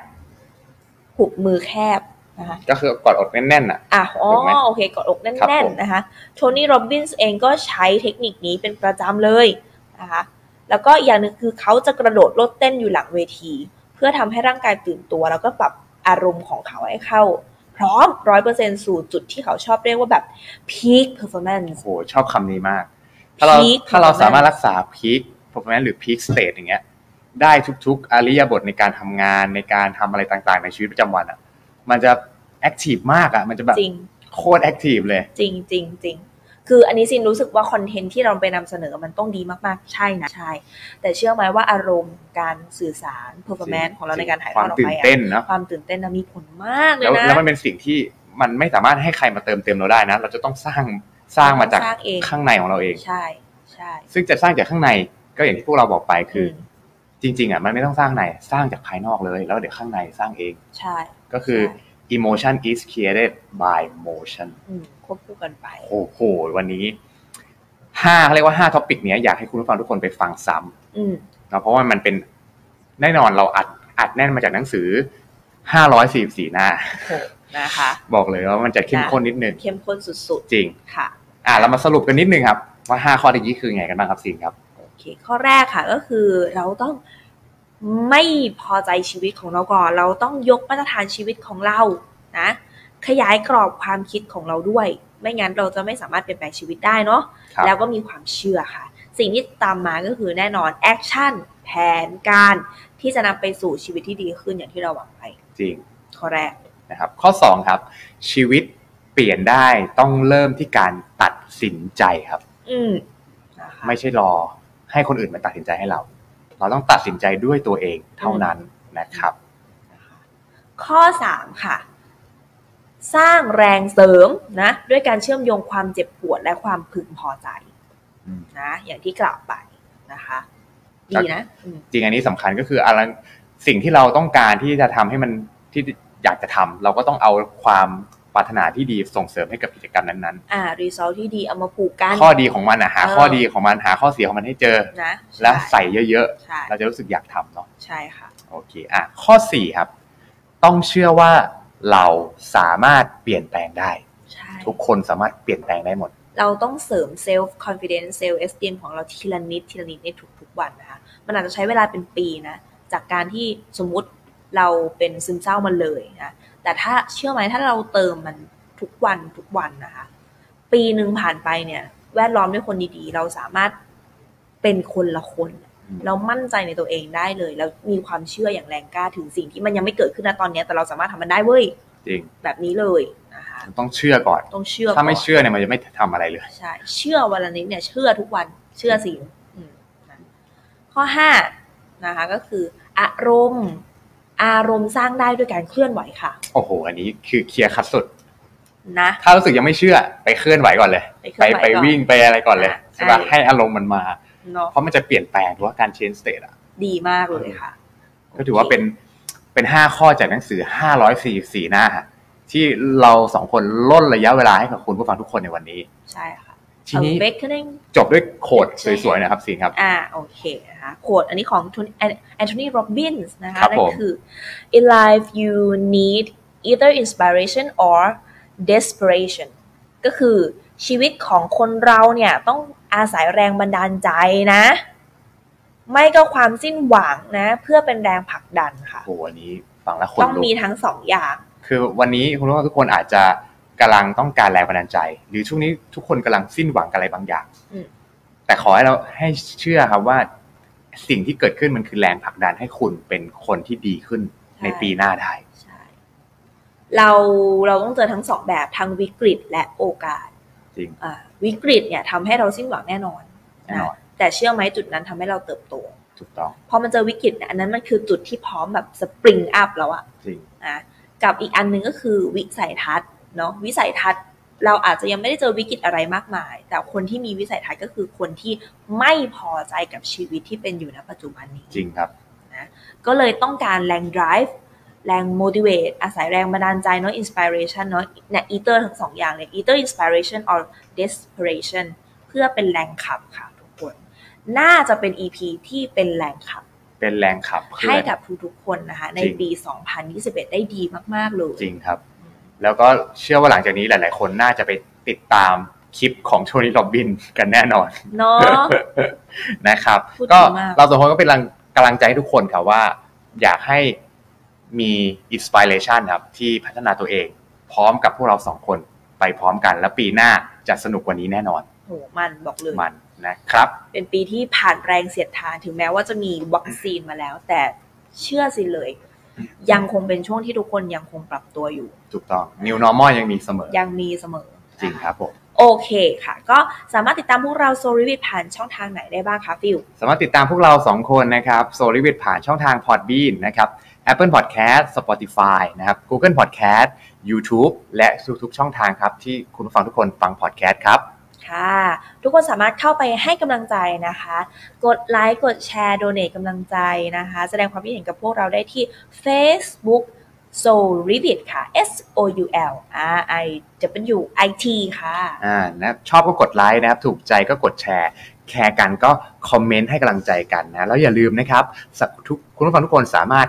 Speaker 1: หุบมือแคบนะคะ
Speaker 2: ก็คือกอดอดแน่นๆอ่ะ
Speaker 1: อ่ะอ๋อ
Speaker 2: ถูกไหม
Speaker 1: โอเคกอดอกแ
Speaker 2: ครับ
Speaker 1: น่น
Speaker 2: ผม
Speaker 1: ๆนะคะโทนี่โรบินส์เองก็ใช้เทคนิคนี้เป็นประจำเลยนะคะแล้วก็อย่างหนึ่งคือเขาจะกระโดดโลดเต้นอยู่หลังเวที เพื่อทำให้ร่างกายตื่นตัว แล้วก็ปรับอารมณ์ของเขาให้เข้า พร้อมร้อยเปอร์เซ็นสู่จุดที่เขาชอบเรียกว่าแบบ peak performance
Speaker 2: โอ้โหชอบคำนี้มาก ถ้าเรา
Speaker 1: Peak
Speaker 2: ถ้าเรา
Speaker 1: performance
Speaker 2: สามารถรักษาพีค performance หรือพีค state อย่างเงี้ย ได้ทุกๆอริยบทในการทำงานในการทำอะไรต่างๆ ในชีวิตประจำวันอ่ะ มันจะ active มากอ่ะ มันจะแบบ
Speaker 1: จริง
Speaker 2: โคตร active เลย
Speaker 1: จริงจริงจริงคืออันนี้ซินรู้สึกว่าคอนเทนต์ที่เราไปนำเสนอมันต้องดีมาก ๆ ใช่นะ ใช่ แต่เชื่อไหมว่าอารมณ์การสื่อสาร performance ของเราในการถ่ายทอด
Speaker 2: ควา
Speaker 1: ออก
Speaker 2: มตื่น
Speaker 1: ไปอะ
Speaker 2: เต้นเนาะ
Speaker 1: ความตื่นเต้นนะมีผลมากเลย
Speaker 2: แล้ว
Speaker 1: นะ
Speaker 2: แล้วมันเป็นสิ่งที่มันไม่สามารถให้ใครมาเติมเต็มเราได้นะ เราจะต้องสร้างสร้างมาจาก
Speaker 1: สร้างเอง
Speaker 2: ข้างในของเราเอง
Speaker 1: ใช่ใช่
Speaker 2: ซึ่งจะสร้างจากข้างในก็อย่างที่พวกเราบอกไปคืออ
Speaker 1: ม
Speaker 2: จริง ๆอ่ะมันไม่ต้องสร้างในสร้างจากภายนอกเลย แล้วเดี๋ยวข้างในสร้างเอง
Speaker 1: ใช่
Speaker 2: ก็คือ emotion is created by motion
Speaker 1: อืมควบคู่กันไป
Speaker 2: โอ้โห วันนี้ห้าเขาเรียกว่าห้าท็อปิกเนี้ยอยากให้คุณผู้ฟังทุกคนไปฟังซ้
Speaker 1: อืม
Speaker 2: ำนะเพราะว่ามันเป็นแน่นอนเราอัดอัดแน่นมาจากหนังสือห้าร้อยสี่สี่หน้า
Speaker 1: โหนะคะ
Speaker 2: บอกเลยว่ามันจะเข้มข้นนิดนึง
Speaker 1: เข้มข้นสุด
Speaker 2: จริง
Speaker 1: ๆค่ะ
Speaker 2: อ่ะเรามาสรุปกันนิดนึงครับ ว่าห้าข้อตะกี้คือไงกันบ้างครับสิงครับ
Speaker 1: โอเค ข้อแรกค่ะก็คือเราต้องไม่พอใจชีวิตของเราก่อน เราต้องยกมาตรฐานชีวิตของเรา นะ ขยายกรอบความคิดของเราด้วย ไม่งั้นเราจะไม่สามารถเปลี่ยนแปลงชีวิตได้เนาะ
Speaker 2: ครับ
Speaker 1: แล้วก็มีความเชื่อค่ะ สิ่งที่ตามมาก็คือแน่นอนแอคชั่นแผนการที่จะนำไปสู่ชีวิตที่ดีขึ้นอย่างที่เราหวังไป
Speaker 2: จริง
Speaker 1: ข้อแรก
Speaker 2: นะครับ ข้อสองครับ ชีวิตเปลี่ยนได้ต้องเริ่มที่การตัดสินใจครับ
Speaker 1: อืมนะคะ
Speaker 2: ไม่ใช่รอให้คนอื่นมาตัดสินใจให้เรา เราต้องตัดสินใจด้วยตัวเองเท่านั้นนะครับ
Speaker 1: ข้อสามค่ะ สร้างแรงเสริมนะ ด้วยการเชื่อมโยงความเจ็บปวดและความพึงพอใจ นะอย่างที่กล่าวไปนะคะ
Speaker 2: ครับ
Speaker 1: ดีนะอืม
Speaker 2: จริงอันนี้สำคัญก็คืออะไรสิ่งที่เราต้องการที่จะทำให้มันที่อยากจะทำเราก็ต้องเอาความปรารถนาที่ดีส่งเสริมให้กับกิจกรรมนั้น
Speaker 1: อ่ารีซอสที่ดีเอามาผูกกัน
Speaker 2: ๆ ข้อดีของมันอะหา
Speaker 1: เออ
Speaker 2: ข้อดีของมันหาข้อเสียของมันให้เจอ
Speaker 1: นะ
Speaker 2: แล้วใส่เยอะ
Speaker 1: ใช่
Speaker 2: ๆ เราจะรู้สึกอยากทำเนาะ
Speaker 1: ใช่ค่ะ
Speaker 2: โอเคอ่ะข้อสี่ครับ ต้องเชื่อว่าเราสามารถเปลี่ยนแปลงได้
Speaker 1: ใช่
Speaker 2: ทุกคนสามารถเปลี่ยนแปลงได้หมด
Speaker 1: เราต้องเสริมเซลฟ์คอนฟิเ n นซ์เซลฟ์เอสเของเราทีละนิดทีละนิดในทุกๆวันนะคะมันอาจจะใช้เวลาเป็นปีนะ จากการที่สมมุติเราเป็นซึมเศร้ามาเลยนะแต่ถ้าเชื่อไหมถ้าเราเติมมันทุกวันทุกวันนะคะ ปีหนึ่งผ่านไปเนี่ย แวดล้อมด้วยคนดีๆ เราสามารถเป็นคนละคน
Speaker 2: อืม
Speaker 1: เรามั่นใจในตัวเองได้เลย แล้วมีความเชื่ออย่างแรงกล้าถึงสิ่งที่มันยังไม่เกิดขึ้นนะตอนเนี้ยแต่เราสามารถทำมันได้เว้ย
Speaker 2: จริง
Speaker 1: แบบนี้เลยนะคะ
Speaker 2: ต้องเชื่อก่อน
Speaker 1: ต้องเชื่อ
Speaker 2: ถ้าไม่
Speaker 1: ก่น
Speaker 2: เชื่อเนี่ยมันจะไม่ทำอะไรเลย
Speaker 1: ใช่ เชื่อวันละนิดเนี่ย เชื่อทุกวัน เชื่อสิอืมนะ ข้อ5นะคะก็คืออารมณ์ อารมณ์สร้างได้ด้วยการเคลื่อนไหวค่ะ
Speaker 2: โอ้โห อันนี้คือเคลียร์คัดสุด
Speaker 1: นะ
Speaker 2: ถ้ารู้สึกยังไม่เชื่อไปเคลื่อนไหวก่อนเลย
Speaker 1: ไปเคลื่
Speaker 2: ไป
Speaker 1: อนไหว
Speaker 2: ไป
Speaker 1: ก่อน
Speaker 2: วิ่งไปอะไรก่อนเลย
Speaker 1: อ่ะ
Speaker 2: ใช่ป่ะ
Speaker 1: ใช่
Speaker 2: ให้อารมณ์มันมา
Speaker 1: เนาะ
Speaker 2: เพราะมันจะเปลี่ยนแปลงหรือว่าการ change state อ่ะ
Speaker 1: ดีมากเลยค่ะ
Speaker 2: ก็ถือว่าเป็นเป็นห้าข้อจากหนังสือ 544 หน้า ที่เราสองคนล่นระยะเวลาให้กับคุณผู้ฟังทุกคนในวันนี้
Speaker 1: ใช่ค่ะ
Speaker 2: ทีนี้
Speaker 1: awakening
Speaker 2: จบด้วยโคดสวยๆนะครับซีนครับ
Speaker 1: อ่าโอเคนะคะโคดอันนี้ของแอนโทนีโรบินส์นะคะ
Speaker 2: ครับ
Speaker 1: นั่
Speaker 2: ผ
Speaker 1: น
Speaker 2: ม
Speaker 1: คือ in life you need either inspiration or desperation ก็คือชีวิตของคนเราเนี่ยต้องอาศัยแรงบันดาลใจนะ ไม่ก็ความสิ้นหวังนะ เพื่อเป็นแรงผลักดันค่ะ
Speaker 2: โอ้โหอันนี้ฟังแล้วขน
Speaker 1: ต้อง
Speaker 2: ลุก
Speaker 1: มีทั้งสองอย่าง
Speaker 2: คือวันนี้คุณรู้ว่าทุกคนอาจจะกำลังต้องการแรงบันดาลใจ หรือช่วงนี้ทุกคนกำลังสิ้นหวังกับอะไรบางอย่าง
Speaker 1: อืม
Speaker 2: แต่ขอให้เราให้เชื่อครับว่า สิ่งที่เกิดขึ้นมันคือแรงผลักดันให้คุณเป็นคนที่ดีขึ้นในปีหน้าได้
Speaker 1: ใช่เราเราต้องเจอทั้งสองแบบทั้งวิกฤตและโอกาส
Speaker 2: จริง
Speaker 1: อ่าวิกฤตเนี่ยทำให้เราสิ้นหวังแน่นอน
Speaker 2: แน่นอน
Speaker 1: แต่เชื่อไหมจุดนั้นทำให้เราเติบโต
Speaker 2: ถูกต้อง
Speaker 1: พอมันเจอวิกฤตเนี่ยอันนั้นมันคือจุดที่พร้อมแบบสปริงอัพแล้วอะ
Speaker 2: จริง
Speaker 1: นะกับอีกอันหนึงก็คือวิสัยทัศน์เนาะวิสัยทัศน์ เราอาจจะยังไม่ได้เจอวิกฤตอะไรมากมาย แต่คนที่มีวิสัยทัศน์ก็คือคนที่ไม่พอใจกับชีวิตที่เป็นอยู่ณปัจจุบันนี้
Speaker 2: จริงครับ
Speaker 1: ก็เลยต้องการแรง drive แรง motivate อาศัยแรงบันดาลใจเนาะ inspiration เนาะเนี่ย either ทั้งสองอย่างเลย either inspiration or desperation เพื่อเป็นแรงขับค่ะทุกคน น่าจะเป็น EP ที่เป็นแรงขับ
Speaker 2: เป็นแรงขับเคลื่
Speaker 1: ให้
Speaker 2: อน
Speaker 1: กับทุกๆคนนะคะ ใน
Speaker 2: จริง
Speaker 1: ปี 2021 ได้ดีมาก ๆ เลย
Speaker 2: จริงครับ แล้วก็เชื่อว่าหลังจากนี้หลาย ๆ คนน่าจะไปติดตามคลิปของโทนี่โรบบินกันแน่นอน
Speaker 1: เนาะ
Speaker 2: นะครับ
Speaker 1: พูดดี
Speaker 2: ก็
Speaker 1: มาก
Speaker 2: เราสองคนก็เป็นกำลังกำลังใจให้ทุกคนครับว่า อยากให้มีอินสปิเรชันครับที่พัฒนาตัวเอง พร้อมกับพวกเราสองคนไปพร้อมกันและปีหน้าจะสนุกกว่านี้แน่นอน
Speaker 1: โหมันบอกเลย
Speaker 2: มันนะครับ
Speaker 1: เป็นปีที่ผ่านแรงเสียดทานถึงแม้ว่าจะมีวัคซีนมาแล้ว แต่เชื่อสิเลย ยังคงเป็นช่วงที่ทุกคนยังคงปรับตัวอยู่
Speaker 2: ถูกต้อง New Normal ยังมีเสมอ
Speaker 1: ยังมีเสมอ
Speaker 2: จริงครับผม
Speaker 1: โอเคค่ะ ก็สามารถติดตามพวกเราโซลิวิทผ่านช่องทางไหนได้บ้างคะฟิล
Speaker 2: สามารถติดตามพวกเรา 2 คนนะครับโซลิวิทผ่านช่องทาง Podbean นะครับ Apple Podcast Spotify นะครับ Google Podcast YouTube และทุกๆช่องทางครับ ที่คุณผู้ฟังทุกคนฟัง podcast ครับ
Speaker 1: ค่ะ ทุกคนสามารถเข้าไปให้กำลังใจนะคะ กดไลค์กดแชร์โดเนทกำลังใจนะคะ แสดงความคิดเห็นกับพวกเราได้ที่ Facebook s o l i v i t ค่ะ S O U L R I W I T ค่ะ
Speaker 2: อ่านะครับชอบก็กดไลค์นะครับ ถูกใจก็กดแชร์ แชร์กันก็คอมเมนต์ให้กำลังใจกันนะ แล้วอย่าลืมนะครับสักทุกคุณผู้ฟังทุกคนสามารถ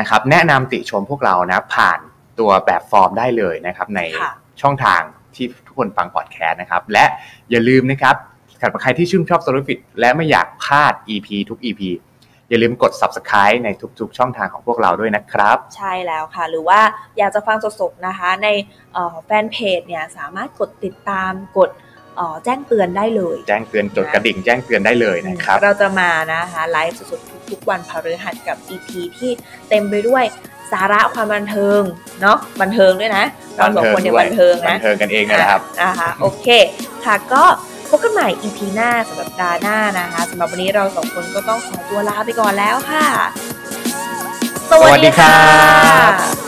Speaker 2: นะครับ แนะนำติชมพวกเรานะ ผ่านตัวแบบฟอร์มได้เลยนะครับ ใน
Speaker 1: ค่ะ
Speaker 2: ช่องทางที่ทุกคนฟังพอดแคสต์นะครับ และอย่าลืมนะครับสำหรับใครที่ชื่นชอบโซลูฟิตและไม่อยากพลาด EP ทุก EP อย่าลืมกด Subscribe ในทุก ๆ ช่องทางของพวกเราด้วยนะครับ
Speaker 1: ใช่แล้วค่ะ หรือว่าอยากจะฟังสดๆนะคะในเอ่อแฟนเพจเนี่ยสามารถกดติดตามกดเอ่อแจ้งเตือนได้เลย
Speaker 2: แจ้งเตือนจดกระดิ่งแจ้งเตือนได้เลยนะครับ
Speaker 1: เราจะมานะคะไลฟ์สดๆทุกๆวันพฤหัสกับ EP ที่เต็มไปด้วยสาระความบันเทิงเนาะบันเทิงด้วยนะเราสองคนเนี่ยบันเทิง
Speaker 2: บั
Speaker 1: นะ
Speaker 2: นเทิงกันเองเนยนะครับ
Speaker 1: นะคะโอเค ค่ะก็พบกันใหม่ EP หน้าสำหรับดาห์หน้านะคะสำหรับวันนี้เราสองคนก็ต้องขอตัวลาไปก่อนแล้วค่ะ
Speaker 2: สวัสดีครับ
Speaker 1: สวัสดีค่ะ